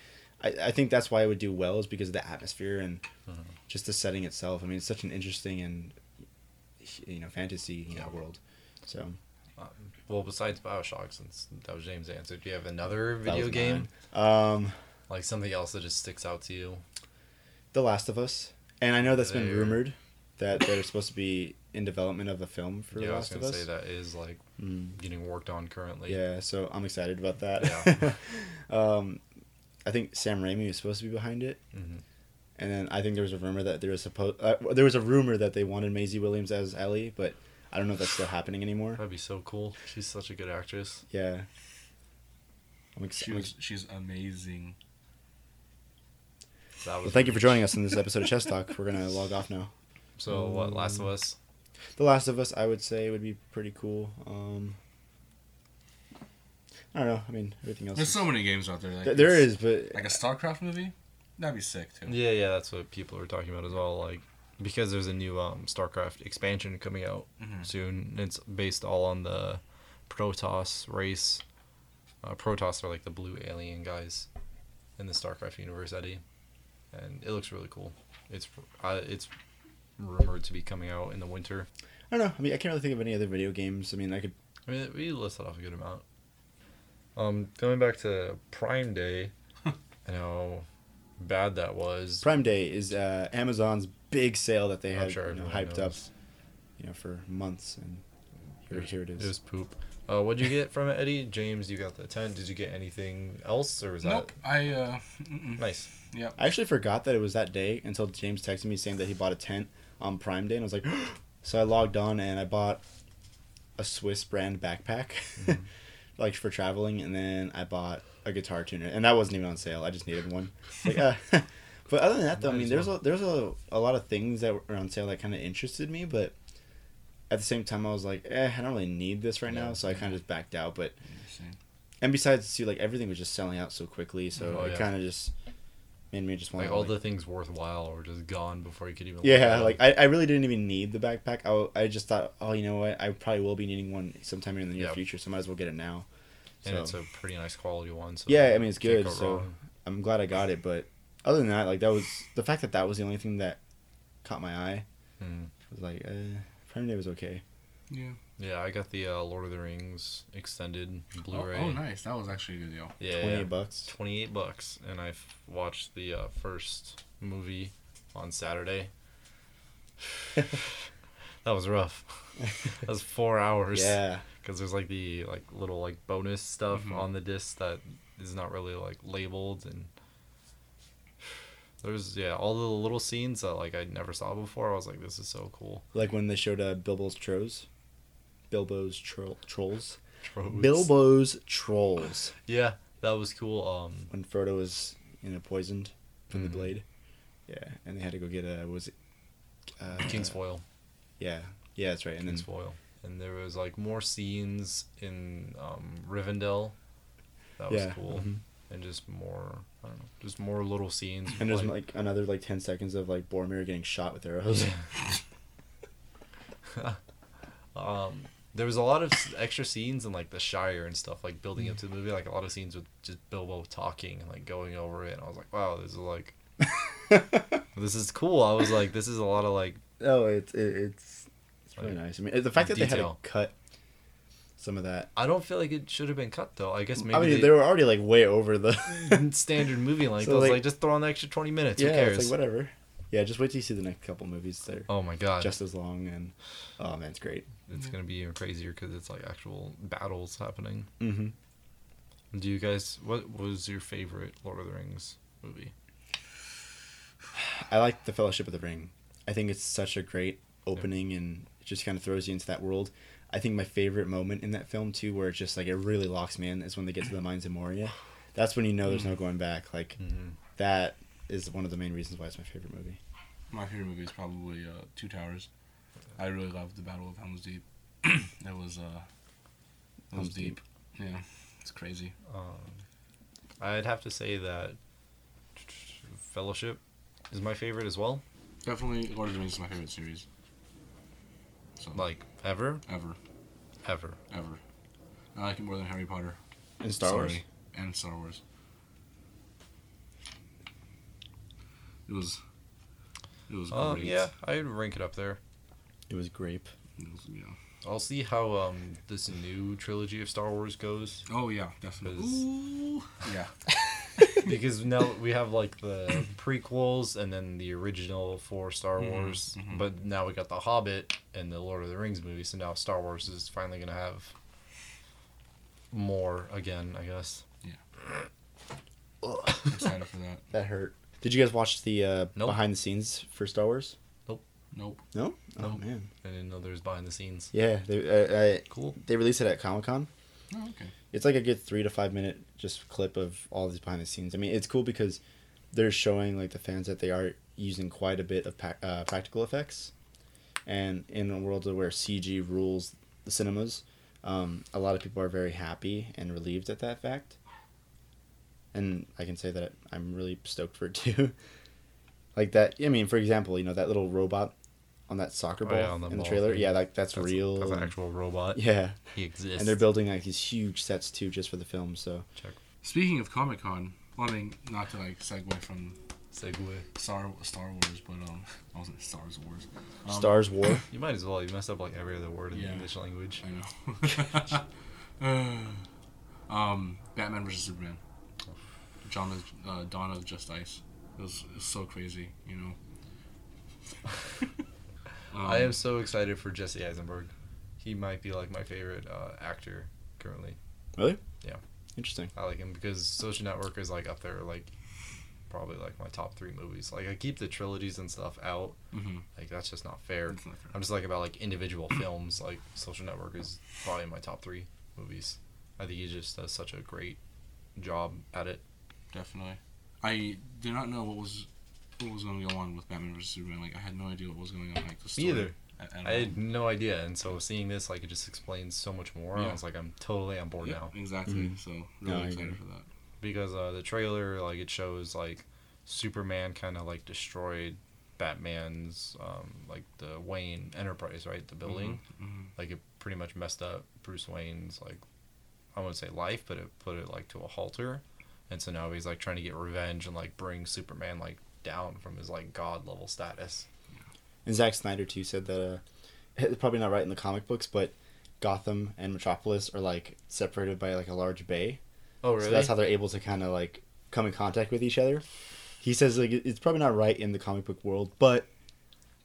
Speaker 2: I, I think that's why it would do well is because of the atmosphere and
Speaker 1: Mm-hmm.
Speaker 2: just the setting itself. I mean, it's such an interesting and you know fantasy you know,
Speaker 1: Yeah.
Speaker 2: world. So
Speaker 1: well, besides Bioshock, since that was James' answer, do you have another
Speaker 2: that
Speaker 1: video
Speaker 2: was
Speaker 1: game?
Speaker 2: mine. Um,
Speaker 1: Like something else that just sticks out to you.
Speaker 2: The Last of Us, and I know that's been
Speaker 1: There.
Speaker 2: rumored that they're supposed to be in development of a film for
Speaker 1: yeah,
Speaker 2: The
Speaker 1: I was
Speaker 2: Last of
Speaker 1: gonna
Speaker 2: Us.
Speaker 1: say that is like
Speaker 2: Mm.
Speaker 1: getting worked on currently.
Speaker 2: Yeah, so I'm excited about that.
Speaker 1: Yeah.
Speaker 2: [laughs] um, I think Sam Raimi was supposed to be behind it,
Speaker 1: hmm
Speaker 2: and then I think there was a rumor that there was supposed uh, there was a rumor that they wanted Maisie Williams as Ellie, but I don't know if that's still happening anymore.
Speaker 1: That'd be so cool. She's such a good actress.
Speaker 2: Yeah. I'm ex-
Speaker 3: She
Speaker 1: [laughs]
Speaker 2: I'm
Speaker 3: was,
Speaker 2: ex-
Speaker 3: she's amazing.
Speaker 1: That
Speaker 2: well,
Speaker 1: was
Speaker 2: thank you for joining us in this episode of Chess Talk. We're gonna log off now.
Speaker 1: So what? Last of Us.
Speaker 2: The Last of Us, I would say, would be pretty cool. Um, I don't know. I mean, everything else.
Speaker 3: There's
Speaker 2: is-
Speaker 3: so many games out there. Like,
Speaker 2: Th- there is,
Speaker 3: it's-
Speaker 2: but
Speaker 3: like a StarCraft movie. That'd be sick too.
Speaker 1: Yeah, yeah, that's what people are talking about as well. Like because there's a new um, StarCraft expansion coming out
Speaker 3: Mhm.
Speaker 1: Mm. soon. and It's based all on the Protoss race. Uh, Protoss are like the blue alien guys in the StarCraft universe, Eddie, and it looks really cool. It's uh, it's rumored to be coming out in the winter.
Speaker 2: I don't know. I mean, I can't really think of any other video games. I mean, I could.
Speaker 1: I mean, we listed off a good amount. Um, going back to Prime
Speaker 2: [laughs]
Speaker 1: Day, and how bad that was.
Speaker 2: Prime Day is uh, Amazon's big sale that they
Speaker 1: I'm
Speaker 2: had
Speaker 1: sure
Speaker 2: you know,
Speaker 1: everyone
Speaker 2: hyped up,
Speaker 1: knows.
Speaker 2: you know, for months, and here, here it is.
Speaker 1: It was poop. Uh, what'd you get from it, Eddie? James, you got the tent. Did you get anything else, or was
Speaker 3: Nope. I uh,
Speaker 1: that
Speaker 3: mm-mm.
Speaker 1: nice?
Speaker 3: yep.
Speaker 2: I actually forgot that it was that day until James texted me saying that he bought a tent on Prime Day, and I was like, [gasps] so I logged on and I bought a Swiss brand backpack,
Speaker 1: Mm-hmm.
Speaker 2: [laughs] like for traveling, and then I bought a guitar tuner, and that wasn't even on sale. I just needed one. Like, uh, [laughs] but other than that, though, I
Speaker 1: Might
Speaker 2: mean,
Speaker 1: as
Speaker 2: there's
Speaker 1: well.
Speaker 2: a, there's a, a lot of things that were on sale that kind of interested me, but at the same time, I was like, eh, I don't really need this right now,
Speaker 1: Yeah.
Speaker 2: so I kind of just backed out. But
Speaker 3: Interesting.
Speaker 2: and besides, too, like everything was just selling out so quickly, so
Speaker 1: Oh,
Speaker 2: it
Speaker 1: yeah.
Speaker 2: kind of just made me just want
Speaker 1: Like all the things worthwhile were just gone before you could even. look at
Speaker 2: yeah,
Speaker 1: 'em.
Speaker 2: like I, I really didn't even need the backpack. I, w- I just thought, oh, you know what? I probably will be needing one sometime in the near
Speaker 1: Yeah.
Speaker 2: future, so might as well get it now.
Speaker 1: and
Speaker 2: so-
Speaker 1: it's a pretty nice quality one. So
Speaker 2: Yeah, I mean, it's
Speaker 1: can't
Speaker 2: good,
Speaker 1: go
Speaker 2: so-
Speaker 1: wrong.
Speaker 2: I'm glad I got it, but other than that, like that was the fact that that was the only thing that caught my eye
Speaker 1: Mm.
Speaker 2: was like, uh, Prime Day was okay.
Speaker 3: Yeah.
Speaker 1: Yeah, I got the uh, Lord of the Rings extended
Speaker 3: Oh,
Speaker 1: Blu-ray.
Speaker 3: oh, nice. That was actually a good deal.
Speaker 1: Yeah,
Speaker 2: Twenty
Speaker 1: yeah.
Speaker 2: eight bucks.
Speaker 1: 28 bucks and i f- watched the uh, first movie on
Speaker 2: [laughs]
Speaker 1: saturday [sighs] that was rough [laughs] that was four hours
Speaker 2: Yeah.
Speaker 1: because there's like the like little like bonus stuff
Speaker 2: Mm-hmm.
Speaker 3: Mhm.
Speaker 1: on the disc that is not really like labeled and there's yeah all the little scenes that like i never saw before i was like this is so cool
Speaker 2: Like when they showed uh, Bilbo's Trolls. Bilbo's tro- Trolls.
Speaker 1: Troves.
Speaker 2: Bilbo's Trolls.
Speaker 1: yeah that was cool um
Speaker 2: When Frodo was, you know, poisoned from
Speaker 1: Mhm.
Speaker 2: the blade. Yeah, and they had to go get a what was it uh,
Speaker 1: king's foil
Speaker 2: Yeah, yeah, that's right. And then
Speaker 1: King's Foil. And there was like more scenes in um, Rivendell. That was
Speaker 2: yeah,
Speaker 1: cool.
Speaker 2: mhm.
Speaker 1: And just more, I don't know, just more little scenes.
Speaker 2: And there's like another like ten seconds of like Boromir getting shot with arrows.
Speaker 1: um, there was a lot of s- extra scenes in like the Shire and stuff, like building up to the movie. Like a lot of scenes with just Bilbo talking and like going over it. And I was like, wow, this is like,
Speaker 2: [laughs]
Speaker 1: this is cool. I was like, this is a lot of like,
Speaker 2: [laughs] oh, it's it, it's it's really
Speaker 1: Like,
Speaker 2: nice. I mean, the fact that they had
Speaker 1: detail.
Speaker 2: to cut some of that.
Speaker 1: I don't feel like it should have been cut though. I guess maybe
Speaker 2: I mean,
Speaker 1: they,
Speaker 2: they... were already like way
Speaker 1: [laughs]
Speaker 2: over the. [laughs]
Speaker 1: standard movie length.
Speaker 2: So,
Speaker 1: I was like,
Speaker 2: like-
Speaker 1: just throw on the extra 20 minutes.
Speaker 2: yeah,
Speaker 1: Who cares?
Speaker 2: it's like whatever. Yeah, just wait till you see the next couple movies. They're
Speaker 1: Oh my god.
Speaker 2: just as long, and oh man, it's great.
Speaker 1: it's gonna be even crazier because it's like actual battles happening.
Speaker 2: Mm-hmm.
Speaker 1: Do you guys? What was your favorite Lord of the Rings movie?
Speaker 2: I like the Fellowship of the Ring. I think it's such a great opening, and it just kind of throws you into that world. I think my favorite moment in that film too, where it's just like it really locks me in, is when they get to the mines of Moria. That's when you know
Speaker 1: Mm.
Speaker 2: there's no going back. Like that is one of the main reasons why it's my favorite movie.
Speaker 3: My favorite movie is probably uh, Two Towers. I really loved the Battle of Helm's Deep. [clears throat] that was uh, that was
Speaker 2: Helm's
Speaker 3: deep. Yeah, it's crazy.
Speaker 1: Um, I'd have to say that Fellowship is my favorite as well.
Speaker 3: Definitely, Lord of the Rings is my favorite series. So
Speaker 1: Like ever,
Speaker 3: ever,
Speaker 1: ever.
Speaker 3: ever. I like it more than Harry Potter.
Speaker 2: And Star Wars.
Speaker 3: Sorry. and Star Wars. It was. It was
Speaker 1: Um,
Speaker 3: great.
Speaker 1: yeah, I'd rank it up there.
Speaker 2: It was grape.
Speaker 3: It was, you know.
Speaker 1: I'll see how um this new trilogy of Star Wars goes
Speaker 3: Oh yeah, definitely.
Speaker 1: Because-
Speaker 3: Ooh. Yeah.
Speaker 1: because now we have like the prequels and then the original for Star
Speaker 3: Mhm,
Speaker 1: Wars,
Speaker 3: mhm.
Speaker 1: but now we got the Hobbit and the Lord of the Rings movie, so now Star Wars is finally gonna have more again, I guess.
Speaker 3: I'm excited for that.
Speaker 2: That hurt. Did you guys watch the uh,
Speaker 1: Nope.
Speaker 2: behind the scenes for Star Wars?
Speaker 3: Nope.
Speaker 2: No. Oh
Speaker 1: Nope.
Speaker 2: man.
Speaker 1: I didn't know there was behind the scenes.
Speaker 2: Yeah, they uh, uh,
Speaker 1: Cool.
Speaker 2: they released it at Comic Con.
Speaker 3: Oh, okay.
Speaker 2: it's like a good three to five minute just clip of all these behind the scenes. I mean, it's cool because they're showing like the fans that they are using quite a bit of pa- uh, practical effects, and in a world where CG rules the cinemas, um, a lot of people are very happy and relieved at that fact. And I can say that I'm really stoked for it [laughs] too. like that, I mean, for example, you know that little robot on that soccer
Speaker 1: Oh,
Speaker 2: ball
Speaker 1: yeah, on the
Speaker 2: in the
Speaker 1: ball
Speaker 2: trailer.
Speaker 1: thing.
Speaker 2: Yeah, like that's,
Speaker 1: That's-
Speaker 2: real.
Speaker 1: That's an
Speaker 2: and-
Speaker 1: actual robot.
Speaker 2: [laughs] yeah,
Speaker 1: He exists.
Speaker 2: and they're building like these huge sets too, just for the film. So
Speaker 3: Speaking of Comic Con, well, I mean, not to like segue from
Speaker 1: Segue.
Speaker 3: Star Star Wars, but um, [laughs] I wasn't Star Wars. Um,
Speaker 1: [coughs]
Speaker 2: Stars War.
Speaker 1: You might as well. You messed up like every other word in the
Speaker 3: Yeah.
Speaker 1: English language.
Speaker 3: I know. [laughs] Uh, um, Batman vs Superman. John is, uh, Dawn of Just Ice. It was, it was so crazy, you know. Um,
Speaker 1: [laughs] I am so excited for Jesse Eisenberg. He might be like my favorite uh, actor currently.
Speaker 2: Really?
Speaker 1: Yeah.
Speaker 2: Interesting.
Speaker 1: I like him because Social Network is like up there, like probably like my top three movies. Like I keep the trilogies and stuff out.
Speaker 3: mhm,
Speaker 1: Like that's just not fair.
Speaker 3: it's not fair.
Speaker 1: I'm just like about like individual films. Like Social Network is probably in my top three movies. I think he just does such a great job at it.
Speaker 3: Definitely. I did not know what was what was going to go on with Batman vs Superman. Like I had no idea what was going on. Like the story.
Speaker 1: Neither.
Speaker 3: at- at
Speaker 1: I
Speaker 3: all.
Speaker 1: had no idea, and so seeing this like it just explains so much more. I
Speaker 3: Yeah.
Speaker 1: was like, I'm totally on board
Speaker 3: Yeah,
Speaker 1: now
Speaker 3: Exactly.
Speaker 2: Mhm.
Speaker 3: So
Speaker 2: No,
Speaker 3: really
Speaker 2: I
Speaker 3: excited
Speaker 2: agree.
Speaker 3: for that.
Speaker 1: because uh, the trailer like it shows like Superman kind of like destroyed Batman's um, like the Wayne Enterprise, right? The building.
Speaker 3: Mhm.
Speaker 1: like it pretty much messed up Bruce Wayne's like I wouldn't say life, but it put it like to a halter, and so now he's like trying to get revenge and like bring Superman like down from his like god level status.
Speaker 2: [laughs] And Zack Snyder too said that uh, it's probably not right in the comic books, but Gotham and Metropolis are like separated by like a large bay.
Speaker 1: Oh, really?
Speaker 2: So that's how they're able to kind of like come in contact with each other. He says like it's probably not right in the comic book world, but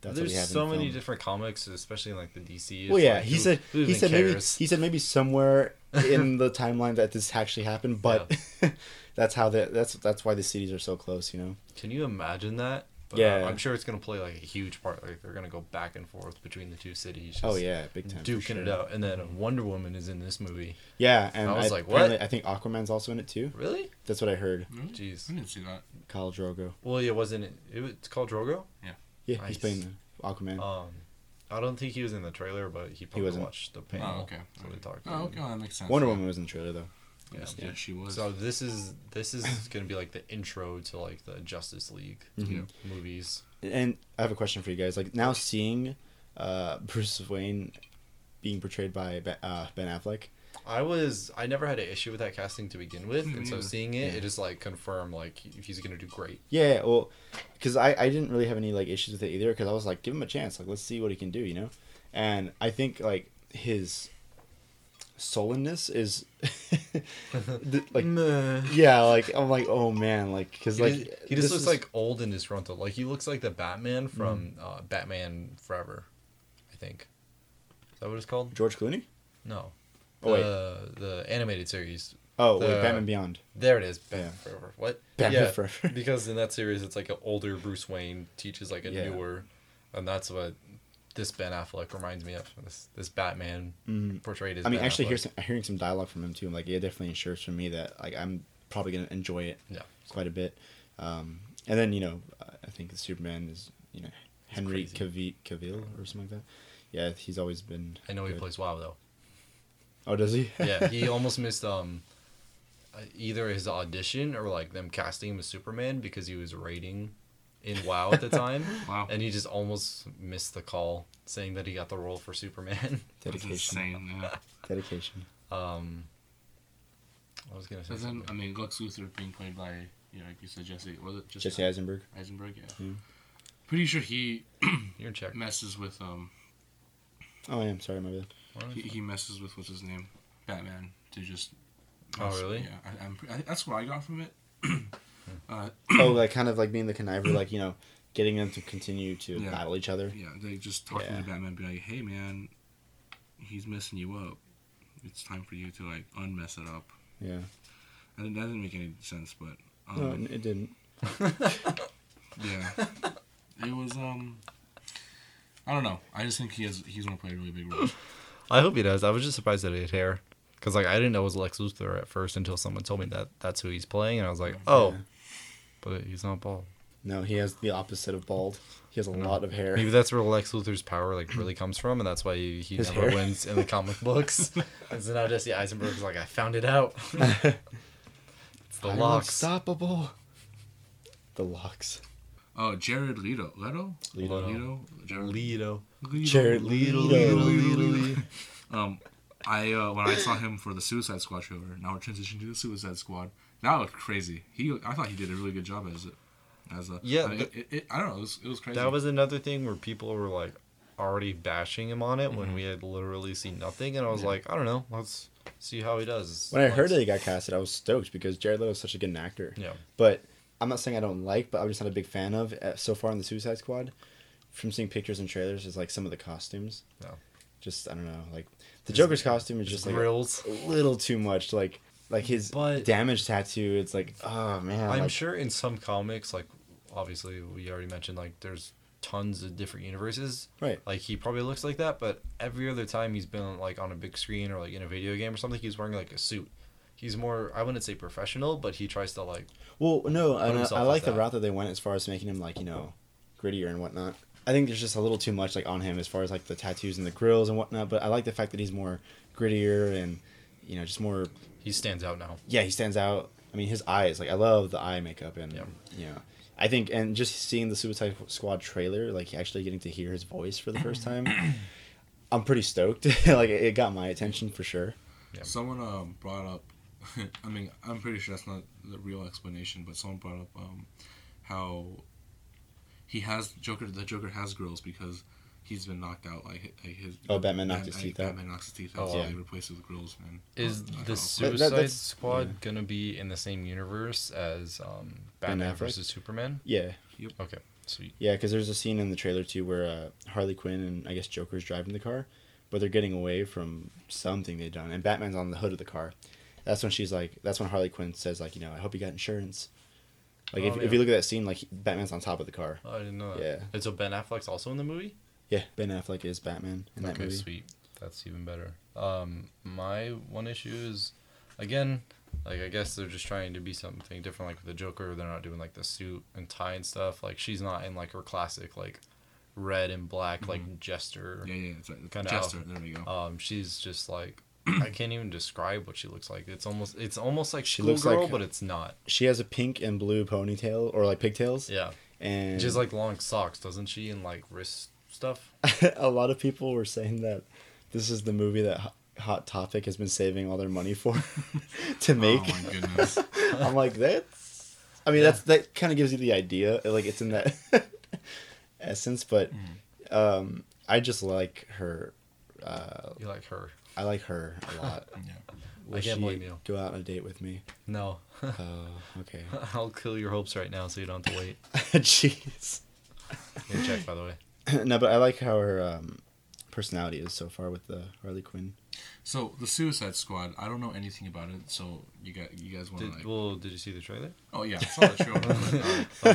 Speaker 2: that's what we
Speaker 1: There's
Speaker 2: have
Speaker 1: so
Speaker 2: in the
Speaker 1: many
Speaker 2: film.
Speaker 1: different comics, especially in, like the DC.
Speaker 2: Well,
Speaker 1: it's
Speaker 2: yeah,
Speaker 1: like,
Speaker 2: he
Speaker 1: who-
Speaker 2: said
Speaker 1: who
Speaker 2: he
Speaker 1: even
Speaker 2: said maybe
Speaker 1: cares?
Speaker 2: he said maybe somewhere
Speaker 1: [laughs]
Speaker 2: in the timeline that this actually happened, but [laughs] that's how that that's that's why the cities are so close, you know.
Speaker 1: Can you imagine that?
Speaker 2: Yeah.
Speaker 1: I'm sure it's gonna play like a huge part. Like they're gonna go back and forth between the two cities. Just
Speaker 2: Oh yeah, big time. for
Speaker 1: duking
Speaker 2: sure.
Speaker 1: it out. And then Wonder Woman is in this movie.
Speaker 2: Yeah, and
Speaker 1: I was like, what?
Speaker 2: apparently- I think Aquaman's also in it too.
Speaker 1: Really?
Speaker 2: That's what I heard.
Speaker 3: Really?
Speaker 1: Jeez.
Speaker 3: I didn't see that.
Speaker 2: Khal Drogo.
Speaker 1: Well, it wasn't. It, it was, it's called Drogo.
Speaker 2: Yeah,
Speaker 1: Nice.
Speaker 2: he's playing Aquaman.
Speaker 1: Um, I don't think he was in the trailer, but he probably
Speaker 2: wasn't.
Speaker 1: watched the panel.
Speaker 3: Oh, okay.
Speaker 1: So they talked
Speaker 3: Oh,
Speaker 1: about
Speaker 3: okay. Well, that makes sense.
Speaker 2: Wonder
Speaker 3: Yeah.
Speaker 2: Woman was in the trailer though.
Speaker 1: Yeah.
Speaker 3: Yes, Yeah, she
Speaker 1: it.
Speaker 3: was.
Speaker 1: So this is this is gonna be like the intro to like the Justice League
Speaker 2: Mhm.
Speaker 1: movies.
Speaker 2: And I have a question for you guys. Like now seeing uh, [laughs] Bruce Wayne being portrayed by Ba- uh, Ben Affleck.
Speaker 1: I was I never had an issue with that casting to begin with,
Speaker 3: Me
Speaker 1: and so
Speaker 3: neither.
Speaker 1: seeing it,
Speaker 2: Yeah.
Speaker 1: it just like confirmed like he- he's gonna do great.
Speaker 2: Yeah, yeah, well, because I, I didn't really have any like issues with it either because I was like give him a chance like let's see what he can do you know, and I think like his sullenness is [laughs] the- like yeah like I'm like oh man like because
Speaker 1: He
Speaker 2: like
Speaker 1: just- he just
Speaker 2: this
Speaker 1: looks
Speaker 2: is-
Speaker 1: like old and disgruntled. Like he looks like the Batman from uh, Batman Forever, I think. Is that what it's called?
Speaker 2: George Clooney.
Speaker 1: No.
Speaker 2: Oh, wait.
Speaker 1: the, the animated series.
Speaker 2: Oh
Speaker 1: The-
Speaker 2: wait, Batman Beyond.
Speaker 1: There it is. Batman
Speaker 2: Yeah.
Speaker 1: Forever. What?
Speaker 2: Batman
Speaker 1: yeah,
Speaker 2: Forever. [laughs]
Speaker 1: because in that series, it's like an older Bruce Wayne teaches like a
Speaker 2: Yeah.
Speaker 1: newer, and that's what this Ben Affleck reminds me of. This this Batman
Speaker 2: Mhm.
Speaker 1: portrayed as.
Speaker 2: I mean,
Speaker 1: Ben
Speaker 2: actually,
Speaker 1: Affleck.
Speaker 2: here's some, hearing some dialogue from him too. I'm like, yeah, it definitely ensures for me that like I'm probably gonna enjoy it
Speaker 1: Yeah.
Speaker 2: quite a bit. Um, and then you know, I- I think Superman is you know Henry Cavill, Cavill or something like that. Yeah, he's always been.
Speaker 1: I know he
Speaker 2: good.
Speaker 1: plays WoW
Speaker 2: [laughs]
Speaker 1: though.
Speaker 2: Oh, does he?
Speaker 1: yeah, he almost missed um uh, either his audition or like them casting him as Superman because he was raiding in WoW
Speaker 2: [laughs]
Speaker 1: at the time.
Speaker 3: Wow.
Speaker 1: And he just almost missed the call saying that he got the role for Superman. [laughs]
Speaker 3: That's
Speaker 2: [laughs] dedication.
Speaker 3: insane. Yeah.
Speaker 2: Dedication.
Speaker 1: Um I was gonna say
Speaker 3: And then, I
Speaker 1: something.
Speaker 3: mean, Lex Luthor being played by, you know, like you said, Jesse. Was it just
Speaker 2: Jesse Eisenberg.
Speaker 3: Eisenberg? Yeah.
Speaker 2: Yeah.
Speaker 3: Pretty sure he
Speaker 1: You're checked.
Speaker 3: messes with um
Speaker 2: Oh, I am sorry,
Speaker 3: [clears throat]
Speaker 2: my bad.
Speaker 3: he, he messes with what's his name Batman to just.
Speaker 1: Oh, really?
Speaker 3: Yeah, I, I'm, pre- I, that's what I got from it. uh,
Speaker 2: oh, like kind of like being the conniver, like you know, getting them to continue to
Speaker 3: Yeah.
Speaker 2: battle each other.
Speaker 3: yeah, they just talking
Speaker 2: Yeah.
Speaker 3: to Batman, be like, "Hey, man, he's messing you up. It's time for you to like unmess it up."
Speaker 2: Yeah.
Speaker 3: I didn't, that didn't make any sense, but um,
Speaker 2: No, it didn't.
Speaker 3: Yeah. [laughs] it was um I don't know. I just think he has he's gonna play a really big role.
Speaker 1: I hope he does. I was just surprised that he had hair. Because like I didn't know it was Lex Luthor at first until someone told me that that's who he's playing and I was like, Oh
Speaker 2: Yeah.
Speaker 1: but he's not bald.
Speaker 2: No, he has the opposite of bald. He has a lot of hair.
Speaker 1: Maybe that's where Lex Luthor's power like really comes from, and that's why he, he
Speaker 2: His
Speaker 1: never
Speaker 2: hair.
Speaker 1: wins in the comic
Speaker 2: [laughs]
Speaker 1: books. and so now Jesse Eisenberg's like, I found it out. it's the
Speaker 2: I'm
Speaker 1: locks.
Speaker 2: Unstoppable. The locks.
Speaker 3: Oh, Jared Leto. Leto?
Speaker 1: Leto.
Speaker 3: Leto? Jared
Speaker 1: Lido.
Speaker 3: Leto.
Speaker 2: Jared Leto.
Speaker 3: Um I uh when I saw him for the Suicide Squad trailer, now we're transitioning to the Suicide Squad. Now it looked crazy. He I thought he did a really good job as as a
Speaker 1: Yeah,
Speaker 3: I, mean,
Speaker 1: the-
Speaker 3: it, it, I don't know, it was, it was crazy.
Speaker 1: That was another thing where people were like already bashing him on it
Speaker 2: Mm-hmm.
Speaker 1: when we had literally seen nothing, and I was like, I don't know, let's see how he does.
Speaker 2: When I heard that
Speaker 1: Let's-
Speaker 2: he got casted, I was stoked because Jared Leto is such a good actor.
Speaker 1: yeah,
Speaker 2: But I'm not saying I don't like, but I'm just not a big fan of uh, so far in the Suicide Squad. From seeing pictures and trailers, is like some of the costumes.
Speaker 1: No.
Speaker 2: Just I don't know, like the
Speaker 1: Just-
Speaker 2: Joker's costume is
Speaker 1: just
Speaker 2: just like
Speaker 1: grills.
Speaker 2: a little too much. Like like his
Speaker 1: But-
Speaker 2: damage tattoo. It's like oh man.
Speaker 1: I'm
Speaker 2: like,
Speaker 1: sure in some comics, like obviously we already mentioned, like there's tons of different universes.
Speaker 2: Right.
Speaker 1: Like he probably looks like that, but every other time he's been like on a big screen or like in a video game or something, he's wearing like a suit. He's more I wouldn't say professional, but he tries to like
Speaker 2: Well, no, and I,
Speaker 1: himself
Speaker 2: I
Speaker 1: as
Speaker 2: like the
Speaker 1: that.
Speaker 2: route that they went as far as making him like you know grittier and whatnot. I think there's just a little too much like on him as far as like the tattoos and the grills and whatnot. But I like the fact that he's more grittier and you know just more.
Speaker 1: he stands out now.
Speaker 2: Yeah, he stands out. I mean, his eyes. Like I love the eye makeup and
Speaker 1: Yeah.
Speaker 2: you know. I think and just seeing the Suicide Squad trailer, like actually getting to hear his voice for the first time,
Speaker 1: [clears throat]
Speaker 2: I'm pretty stoked. [laughs] like it, it got my attention for sure.
Speaker 3: Someone um, brought up. [laughs] I mean, I'm pretty sure that's not the real explanation, but someone brought up um, how he has Joker. The Joker has grills because he's been knocked out. Like hi- like his
Speaker 2: Oh, Batman knocked his
Speaker 3: like,
Speaker 2: teeth out.
Speaker 3: Batman knocks his teeth out.
Speaker 1: Oh,
Speaker 3: so
Speaker 2: wow.
Speaker 3: they replaced it with grills. And
Speaker 1: Is
Speaker 3: knocked
Speaker 1: the
Speaker 3: out.
Speaker 1: Suicide
Speaker 2: That- that's-
Speaker 1: Squad gonna be in the same universe as um,
Speaker 2: Ben
Speaker 1: Batman
Speaker 2: Affleck?
Speaker 1: versus Superman?
Speaker 2: Yeah,
Speaker 1: Okay, sweet.
Speaker 2: yeah, because there's a scene in the trailer too where uh, Harley Quinn and I guess Joker's driving the car, but they're getting away from something they've done, and Batman's on the hood of the car. That's when she's like, that's when Harley Quinn says like, you know, I hope you got insurance. Like if,
Speaker 1: Oh,
Speaker 2: if
Speaker 1: yeah.
Speaker 2: you look at that scene, like Batman's on top of the car.
Speaker 1: Oh, I didn't know that.
Speaker 2: Yeah.
Speaker 1: And so Ben Affleck's also in the movie.
Speaker 2: Yeah, Ben Affleck is Batman in that
Speaker 1: okay,
Speaker 2: movie.
Speaker 1: sweet. That's even better. Um, my one issue is, again, like I guess they're just trying to be something different. Like with the Joker, they're not doing like the suit and tie and stuff. Like she's not in like her classic like red and black
Speaker 2: Mm-hmm.
Speaker 1: like jester.
Speaker 3: yeah, yeah, it's right.
Speaker 1: Kinda
Speaker 3: Jester. There we go.
Speaker 1: Um, she's just like I
Speaker 2: [clears throat]
Speaker 1: can't even describe what she looks like. It's almost it's almost like
Speaker 2: She
Speaker 1: she
Speaker 2: looks
Speaker 1: looks girl,
Speaker 2: like-
Speaker 1: but it's not.
Speaker 2: She has a pink and blue ponytail or like pigtails.
Speaker 1: Yeah,
Speaker 2: and
Speaker 1: she
Speaker 2: [laughs]
Speaker 1: has like long socks, doesn't she? And like wrist stuff.
Speaker 2: a lot of people were saying that this is the movie that Ho- Hot Topic has been saving all their money for [laughs] to [laughs] make.
Speaker 3: Oh my goodness.
Speaker 2: I'm like that's. I mean,
Speaker 1: Yeah.
Speaker 2: that's that kind of gives you the idea. Like it's in that [laughs] essence, but
Speaker 3: Mm-hmm.
Speaker 2: um, I just like her. Uh,
Speaker 1: You like her?
Speaker 2: I like her
Speaker 3: [laughs]
Speaker 2: a lot.
Speaker 3: yeah.
Speaker 2: Will
Speaker 1: can't
Speaker 2: she
Speaker 1: blame you.
Speaker 2: Go out on a date with me.
Speaker 1: No, [laughs]
Speaker 2: Oh,
Speaker 3: [laughs]
Speaker 2: okay. [laughs]
Speaker 1: I'll kill your hopes right now, so you don't have to wait.
Speaker 2: Jeez. [clears throat]
Speaker 1: Hey, check by the way.
Speaker 2: no, but I like how her um, personality is so far with the Harley Quinn.
Speaker 3: So the Suicide Squad. I don't know anything about it. So you got you guys want to
Speaker 1: Did,
Speaker 3: like?
Speaker 1: well, did you see the trailer?
Speaker 3: Oh yeah, I saw the show. but, uh,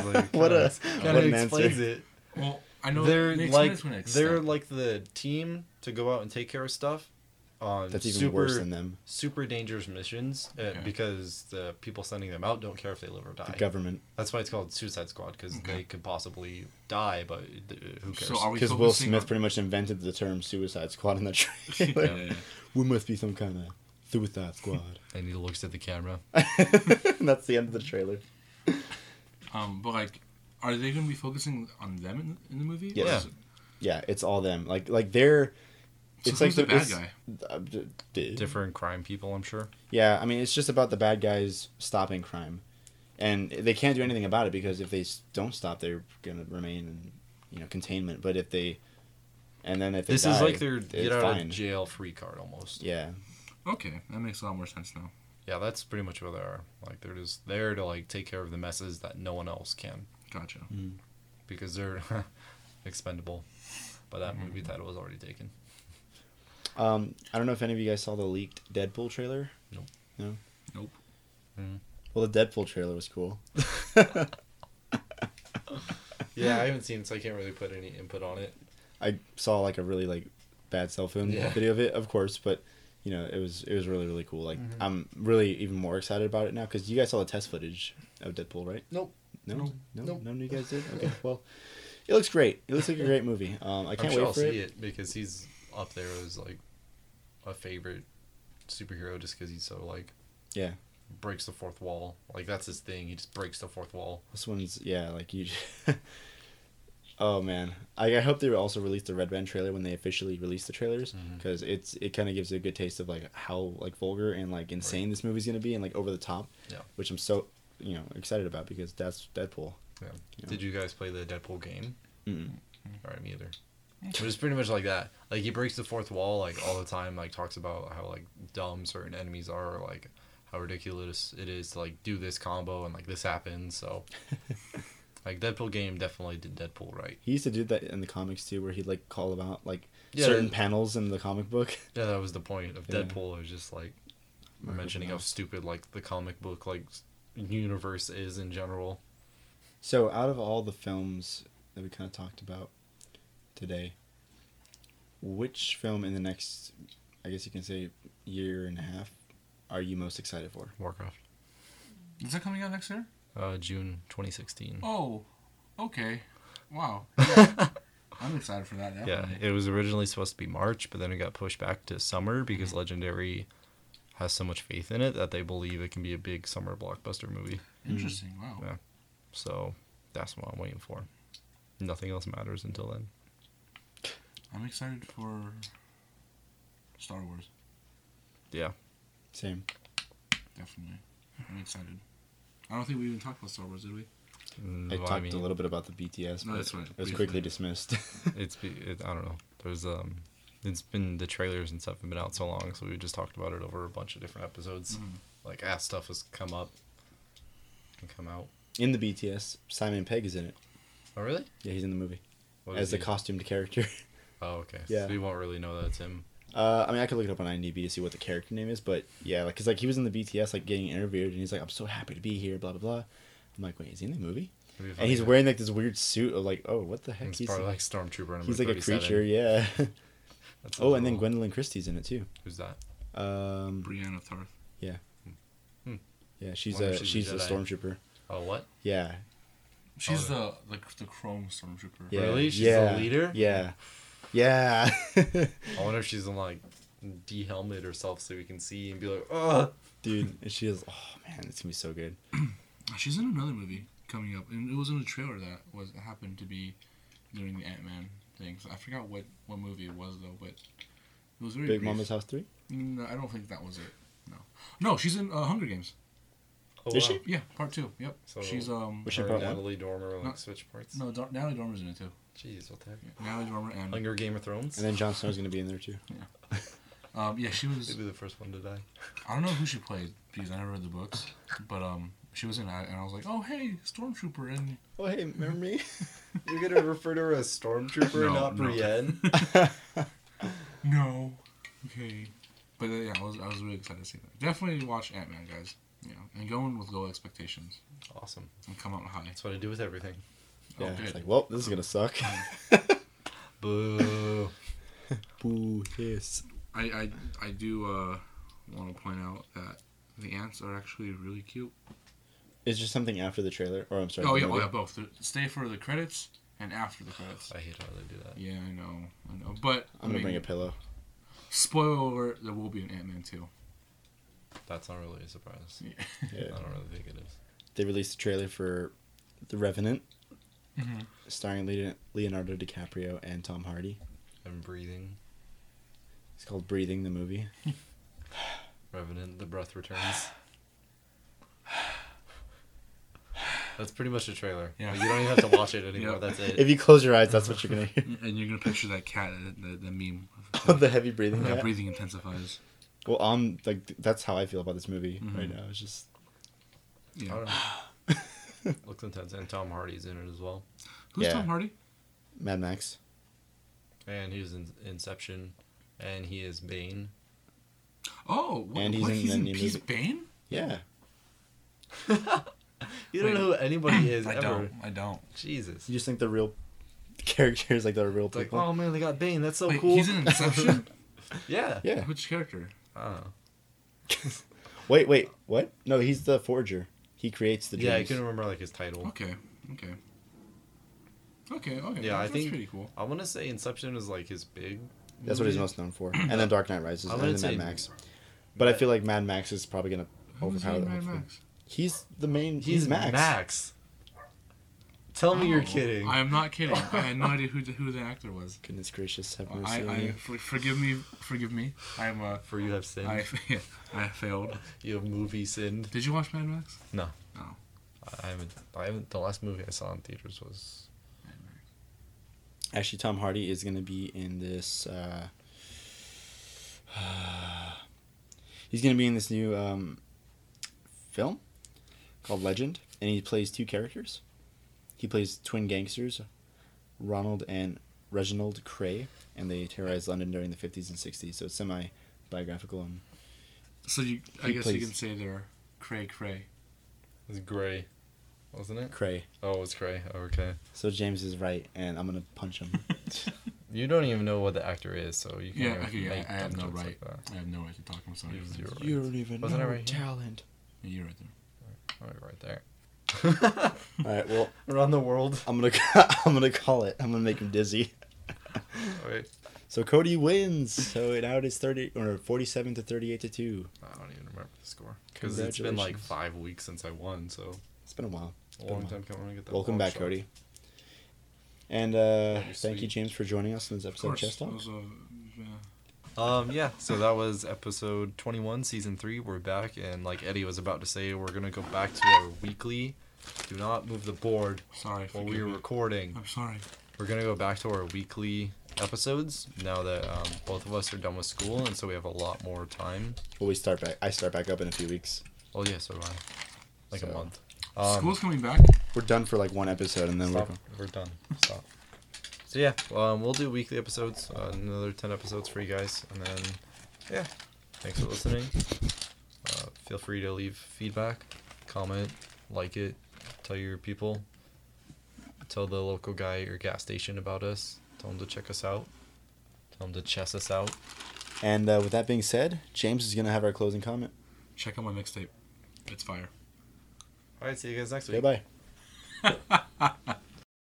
Speaker 1: [laughs]
Speaker 3: [laughs]
Speaker 1: I was like,
Speaker 2: [laughs] What a-
Speaker 1: kinda
Speaker 2: what an
Speaker 1: explains
Speaker 2: answer.
Speaker 1: it.
Speaker 3: well, I know
Speaker 1: they're
Speaker 3: they explain
Speaker 1: like
Speaker 3: it to an extent.
Speaker 1: they're like the team to go out and take care of stuff on
Speaker 2: That's even
Speaker 1: super
Speaker 2: worse than them.
Speaker 1: super dangerous missions uh,
Speaker 3: Okay.
Speaker 1: because the people sending them out don't care if they live or die.
Speaker 2: The government.
Speaker 1: That's why it's called Suicide Squad because
Speaker 3: Okay.
Speaker 1: they could possibly die, but th- who cares?
Speaker 3: So are we
Speaker 2: Because Will
Speaker 3: focusing
Speaker 2: Smith
Speaker 3: on-
Speaker 2: pretty much invented the term "suicide squad" in
Speaker 3: [laughs]
Speaker 2: the
Speaker 3: Yeah,
Speaker 2: trailer.
Speaker 3: yeah, yeah.
Speaker 2: We must be some kind of suicide squad.
Speaker 1: and he looks at the camera.
Speaker 2: [laughs] and that's the end of the trailer.
Speaker 3: Um, but like, are they going to be focusing on them in, in the movie?
Speaker 2: Yes.
Speaker 3: Or
Speaker 1: Yeah.
Speaker 3: is it-
Speaker 2: Yeah, it's all them. Like, like they're.
Speaker 3: So
Speaker 2: It's
Speaker 3: who's
Speaker 2: like
Speaker 3: the bad
Speaker 2: it's-
Speaker 3: guy?
Speaker 2: uh, d- d-
Speaker 1: Different crime people, I'm sure.
Speaker 2: Yeah, I mean, it's just about the bad guys stopping crime, and they can't do anything about it because if they s- don't stop, they're gonna remain in you know containment. But if they, and then if they
Speaker 1: This is
Speaker 2: die,
Speaker 1: like their
Speaker 2: they're
Speaker 1: get out
Speaker 2: fine.
Speaker 1: of jail free card almost. Yeah.
Speaker 2: Yeah,
Speaker 3: Okay, that makes a lot more sense now.
Speaker 1: that's pretty much what they are. Like they're just there to like take care of the messes that no one else can
Speaker 3: Gotcha.
Speaker 1: because they're [laughs] expendable. But that movie title was already taken.
Speaker 2: um, I don't know if any of you guys saw the leaked Deadpool trailer.
Speaker 3: Nope.
Speaker 2: Well, the Deadpool trailer was cool.
Speaker 1: Yeah, I haven't seen it, so I can't really put any input on it.
Speaker 2: I saw like a really like bad cell phone
Speaker 1: Yeah.
Speaker 2: video of it, of course, but you know it was it was really really cool. Like
Speaker 1: Mm-hmm.
Speaker 2: I'm really even more excited about it now because you guys saw the test footage of Deadpool, right?
Speaker 1: Nope.
Speaker 2: No,
Speaker 1: Nope.
Speaker 2: no,
Speaker 1: Nope.
Speaker 2: none of you guys did. Okay, well, it looks great. It looks like a great movie. Um, I
Speaker 1: I'm
Speaker 2: can't
Speaker 1: sure
Speaker 2: wait
Speaker 1: I'll
Speaker 2: for
Speaker 1: see
Speaker 2: it.
Speaker 1: it. because he's up there as like a favorite superhero just because he's so like
Speaker 2: Yeah,
Speaker 1: breaks the fourth wall. Like that's his thing. He just breaks the fourth wall.
Speaker 2: this one's yeah, like you. [laughs] oh man, I, I hope they also release the Red Band trailer when they officially release the trailers
Speaker 1: Mm-hmm.
Speaker 2: because it's it kind of gives you a good taste of like how like vulgar and like insane this movie's gonna be and like over the top.
Speaker 1: Yeah.
Speaker 2: which I'm so you know excited about because that's Deadpool.
Speaker 1: Yeah.
Speaker 2: Yeah.
Speaker 1: Did you guys play the Deadpool game?
Speaker 2: Mm.
Speaker 1: Mm-hmm. All right, me either. But it's pretty much like that. Like he breaks the fourth wall like all the time. Like talks about how like dumb certain enemies are, or, like how ridiculous it is to like do this combo and like this happens. So like Deadpool game definitely did Deadpool right.
Speaker 2: He used to do that in the comics too, where he'd like call about like
Speaker 1: Yeah,
Speaker 2: certain
Speaker 1: that-
Speaker 2: panels in the comic book.
Speaker 1: Yeah, that was the point of
Speaker 2: Yeah.
Speaker 1: Deadpool. It was just like
Speaker 2: Marvel
Speaker 1: mentioning how
Speaker 2: Mouse.
Speaker 1: stupid like the comic book like s- universe is in general.
Speaker 2: So out of all the films that we kind of talked about today, which film in the next, I guess you can say, year and a half, are you most excited for?
Speaker 1: Warcraft,
Speaker 3: Is that coming out next year?
Speaker 1: uh, June 2016.
Speaker 3: Oh, okay.
Speaker 1: [laughs]
Speaker 3: Wow. Yeah. I'm excited for that.
Speaker 1: Yeah,
Speaker 3: Definitely.
Speaker 1: it was originally supposed to be March, but then it got pushed back to summer because
Speaker 2: Mm-hmm.
Speaker 1: Legendary has so much faith in it that they believe it can be a big summer blockbuster movie.
Speaker 3: Interesting. Wow.
Speaker 1: Mm. Yeah. So that's what I'm waiting for. Nothing else matters until then.
Speaker 3: I'm excited for Star Wars.
Speaker 1: Yeah.
Speaker 2: Same.
Speaker 3: Definitely. I'm excited. I don't think we even talked about Star Wars, did we?
Speaker 1: Mm,
Speaker 2: I
Speaker 1: well,
Speaker 2: talked
Speaker 1: mean,
Speaker 2: a little bit about the BTS.
Speaker 3: No,
Speaker 2: but
Speaker 3: that's right,
Speaker 2: It was
Speaker 3: briefly.
Speaker 2: quickly dismissed. [laughs]
Speaker 1: It's be, it, I don't know. There's um, it's been the trailers and stuff have been out so long, so we just talked about it over a bunch of different episodes.
Speaker 2: Mm-hmm.
Speaker 1: Like as stuff has come up and come out.
Speaker 2: in the BTS, Simon Pegg is in it.
Speaker 1: Oh really?
Speaker 2: Yeah, he's in the movie
Speaker 1: What
Speaker 2: as
Speaker 1: is
Speaker 2: the
Speaker 1: he?
Speaker 2: costumed character. [laughs]
Speaker 1: Oh okay.
Speaker 2: Yeah.
Speaker 1: So we won't really know that it's him.
Speaker 2: Uh, I mean, I could look it up on IMDb to see what the character name is, but yeah, like, cause like he was in the BTS, like getting interviewed, and he's like, "I'm so happy to be here," blah blah blah. I'm like, wait, is he in the movie?
Speaker 1: It'd be
Speaker 2: And
Speaker 1: funny
Speaker 2: he's
Speaker 1: if-
Speaker 2: wearing like this weird suit of like, oh, what the heck?
Speaker 1: He's probably like stormtrooper. number
Speaker 2: he's like a
Speaker 1: 37.
Speaker 2: creature, yeah. [laughs]
Speaker 1: That sounds
Speaker 2: oh, and then
Speaker 1: cool.
Speaker 2: Gwendolyn Christie's in it too.
Speaker 1: Who's that?
Speaker 2: Um,
Speaker 3: Brianna Tarth.
Speaker 2: yeah, she's
Speaker 1: Wonder
Speaker 2: a
Speaker 1: if
Speaker 2: she's,
Speaker 1: she's a
Speaker 2: a
Speaker 1: Jedi.
Speaker 2: stormtrooper.
Speaker 1: Oh what?
Speaker 2: Yeah,
Speaker 3: She's the, the the chrome stormtrooper.
Speaker 2: yeah,
Speaker 1: Really? She's the
Speaker 2: yeah,
Speaker 1: leader?
Speaker 2: Yeah, yeah. [laughs]
Speaker 1: I wonder if she's in like de-helmet herself so we can see and be like, oh.
Speaker 2: Dude, and she is. Oh man, it's gonna be so good.
Speaker 3: She's in another movie coming up, and it was in a trailer that was happened to be during the Ant Man thing. So I forgot what what movie it was though, but it was very
Speaker 2: Big
Speaker 3: brief.
Speaker 2: Mama's House Three.
Speaker 3: No, I don't think that was it. No, no, she's in uh, Hunger Games.
Speaker 1: oh
Speaker 2: Is she?
Speaker 3: Yeah, part two. Yep.
Speaker 1: So-
Speaker 3: she's um.
Speaker 2: Was
Speaker 1: Was
Speaker 2: she
Speaker 1: she
Speaker 2: part one?
Speaker 1: Natalie Dormer like
Speaker 3: No.
Speaker 1: switch parts?
Speaker 3: No, Dar- Natalie Dormer's in it too.
Speaker 1: Jeez, what the heck?
Speaker 3: Yeah, Natalie Dormer and
Speaker 1: Hunger Game of Thrones.
Speaker 2: And then Jon Snow's gonna be in there too.
Speaker 3: um, yeah, she was.
Speaker 1: Maybe the first one to die.
Speaker 3: I don't know who she played because I never read the books, but um, she was in it, and I was like, oh hey, stormtrooper, and
Speaker 2: Oh hey, remember me?
Speaker 1: You're gonna refer to her as Stormtrooper,
Speaker 3: No, not no.
Speaker 1: Brienne.
Speaker 3: no, okay. But uh, yeah, I was I was really excited to see that. Definitely watch Ant Man, guys. You know, and go in with low expectations
Speaker 1: [laughs] awesome.
Speaker 3: and come out high.
Speaker 1: That's what I do with everything.
Speaker 2: yeah.
Speaker 3: oh,
Speaker 2: It's
Speaker 3: good.
Speaker 2: like, well, this is gonna suck.
Speaker 1: Boo.
Speaker 2: Boo. Yes.
Speaker 3: I I I do uh, want to point out that the ants are actually really cute.
Speaker 2: Is there something after the trailer? Or I'm sorry.
Speaker 3: Oh
Speaker 2: the
Speaker 3: yeah, oh
Speaker 2: movie?
Speaker 3: yeah, both. The- Stay for the credits and after the credits.
Speaker 1: I hate how they do that.
Speaker 3: Yeah, I know, I know. But
Speaker 2: I'm gonna
Speaker 3: I mean,
Speaker 2: bring a pillow.
Speaker 3: spoiler alert: there will be an Ant Man too.
Speaker 1: That's not really a surprise.
Speaker 3: Yeah.
Speaker 1: I
Speaker 2: Yeah.
Speaker 1: don't really think it is.
Speaker 2: They released a trailer for The Revenant,
Speaker 1: Mm-hmm.
Speaker 3: Mhm.
Speaker 2: starring Leon- Leonardo DiCaprio and Tom Hardy.
Speaker 1: I'm breathing.
Speaker 2: It's called Breathing the movie.
Speaker 1: Revenant, the breath returns. That's pretty much the trailer.
Speaker 3: Yeah.
Speaker 1: Like, you don't even have to watch
Speaker 3: [laughs]
Speaker 1: it anymore.
Speaker 3: Yeah.
Speaker 1: That's it.
Speaker 2: If you close your eyes, that's what you're gonna [laughs] hear.
Speaker 3: And you're gonna picture that cat, uh, the,
Speaker 2: [laughs]
Speaker 3: the meme.
Speaker 2: Of Oh, the heavy breathing.
Speaker 3: That
Speaker 2: cat.
Speaker 3: breathing intensifies.
Speaker 2: Well, I'm like th- that's how I feel about this movie right
Speaker 3: Mhm.
Speaker 2: now. It's just
Speaker 1: I
Speaker 3: Yeah.
Speaker 1: don't know.
Speaker 3: [laughs]
Speaker 1: Looks intense, and Tom Hardy's in it as well.
Speaker 3: Who's
Speaker 2: Yeah.
Speaker 3: Tom Hardy?
Speaker 2: Mad Max.
Speaker 1: And he was in Inception, and he is Bane.
Speaker 3: Oh, what,
Speaker 2: And he's
Speaker 3: what?
Speaker 2: in
Speaker 3: he's
Speaker 2: that
Speaker 3: in
Speaker 2: new
Speaker 3: He's
Speaker 2: movie.
Speaker 3: Bane.
Speaker 2: Yeah.
Speaker 1: You don't
Speaker 3: Wait.
Speaker 1: know who
Speaker 3: [clears throat]
Speaker 1: anybody is
Speaker 3: I
Speaker 1: ever.
Speaker 3: don't. I don't.
Speaker 1: Jesus.
Speaker 2: You just think the real characters like the real
Speaker 1: It's like,
Speaker 2: people.
Speaker 1: oh man, they got Bane. That's so
Speaker 3: Wait,
Speaker 1: cool.
Speaker 3: he's in Inception.
Speaker 1: [laughs] yeah.
Speaker 2: yeah.
Speaker 3: Which character?
Speaker 1: I don't know.
Speaker 2: Wait, wait, what? No, he's the forger. He creates the dreams.
Speaker 1: yeah, I can remember like his
Speaker 3: [laughs]
Speaker 1: title.
Speaker 3: Okay. Okay. Okay. Okay.
Speaker 1: Yeah, I
Speaker 3: that's
Speaker 1: think-
Speaker 3: pretty cool.
Speaker 1: I want to say Inception is like his big.
Speaker 2: That's what he's
Speaker 1: movie.
Speaker 2: most known [clears throat] for. And then Dark Knight Rises,
Speaker 1: I'm
Speaker 2: and
Speaker 1: gonna
Speaker 2: then
Speaker 1: say-
Speaker 2: Mad Max. But I feel like Mad Max is probably gonna
Speaker 3: Who's
Speaker 2: overpower
Speaker 3: in
Speaker 2: that.
Speaker 3: Mad
Speaker 2: whole thing.
Speaker 3: Max?
Speaker 2: He's the main.
Speaker 1: He's,
Speaker 2: He's, Max.
Speaker 1: Max. Tell me you're
Speaker 3: Oh,
Speaker 1: kidding.
Speaker 3: I
Speaker 1: [laughs]
Speaker 3: am not kidding. I had no idea who the, who the actor was.
Speaker 2: Goodness gracious, have mercy
Speaker 3: I,
Speaker 2: on
Speaker 3: I
Speaker 2: you.
Speaker 3: for, forgive me, forgive me. I am a.
Speaker 1: For you have sinned.
Speaker 3: I, [laughs] I failed.
Speaker 1: You have movie sinned.
Speaker 3: Did you watch Mad Max?
Speaker 1: No.
Speaker 3: No.
Speaker 1: I haven't. I haven't. The last movie I saw in theaters was.
Speaker 2: Actually, Tom Hardy is gonna be in this. Uh, [sighs] he's gonna be in this new um, film called Legend, and he plays two characters. He plays twin gangsters, Ronald and Reginald Cray, and they terrorized London during the fifties and sixties. So it's semi biographical and
Speaker 3: So you, I
Speaker 2: He
Speaker 3: guess you
Speaker 2: plays-
Speaker 3: can say they're cray cray.
Speaker 2: [laughs]
Speaker 1: It was Gray, wasn't it?
Speaker 2: Cray.
Speaker 1: Oh, it was Gray. okay.
Speaker 2: So James is right, and I'm gonna punch him.
Speaker 1: You don't even know what the actor is, so you
Speaker 3: Yeah,
Speaker 1: can't
Speaker 3: okay,
Speaker 1: even
Speaker 3: yeah,
Speaker 1: make
Speaker 3: I have
Speaker 1: dumb
Speaker 3: no
Speaker 1: jokes
Speaker 3: right.
Speaker 1: like that.
Speaker 3: I have no right to talk. I'm sorry.
Speaker 1: You-
Speaker 3: friends.
Speaker 1: you're right.
Speaker 2: [laughs] you don't even
Speaker 1: Wasn't I
Speaker 2: know
Speaker 1: right here?
Speaker 2: talent.
Speaker 3: Yeah, you're right there.
Speaker 1: All right, right there.
Speaker 2: All right, well,
Speaker 1: Around the world.
Speaker 2: I'm gonna [laughs] I'm gonna call it. I'm gonna make him dizzy.
Speaker 1: Wait,
Speaker 2: [laughs] So Cody wins. So it now it is thirty or forty-seven to thirty-eight to two.
Speaker 1: I don't even remember the score because it's been like
Speaker 2: Congratulations.
Speaker 1: five weeks since I won, so
Speaker 2: It's been a while.
Speaker 1: a
Speaker 2: Been a
Speaker 1: long
Speaker 2: while.
Speaker 1: time coming to get that.
Speaker 2: Welcome
Speaker 1: long
Speaker 2: back,
Speaker 1: shot.
Speaker 2: Cody. And uh,
Speaker 1: You're
Speaker 2: thank you,
Speaker 1: sweet.
Speaker 2: James, for joining us in this
Speaker 3: Of
Speaker 2: episode of
Speaker 3: course.
Speaker 2: Chess Talk.
Speaker 3: those are, yeah.
Speaker 1: Um, yeah. So that was episode twenty-one, season three. We're back, and like Eddie was about to say, we're gonna go back to our weekly Do not move the board
Speaker 3: Sorry.
Speaker 1: while
Speaker 3: forgive
Speaker 1: we are
Speaker 3: me.
Speaker 1: recording.
Speaker 3: I'm sorry.
Speaker 1: We're gonna go back to our weekly episodes now that um, both of us are done with school, and so we have a lot more time.
Speaker 2: Well, we start back. I start back up in a few weeks.
Speaker 1: Oh yeah, so do I. Like
Speaker 2: So-
Speaker 1: a month. Um,
Speaker 3: School's coming back.
Speaker 2: We're done for like one episode, and then
Speaker 1: Stop.
Speaker 2: we're
Speaker 1: We're done. Stop. So yeah, um, we'll do weekly episodes, uh, another ten episodes for you guys, and then yeah, thanks for listening. Uh, feel free to leave feedback, comment, like it, tell your people, tell the local guy at your gas station about us. Tell him to check us out. Tell him to chess us out.
Speaker 2: And uh, with that being said, James is gonna have our closing comment.
Speaker 3: Check out my mixtape. It's fire.
Speaker 1: All right, see you guys next
Speaker 2: Bye
Speaker 1: week.
Speaker 2: bye.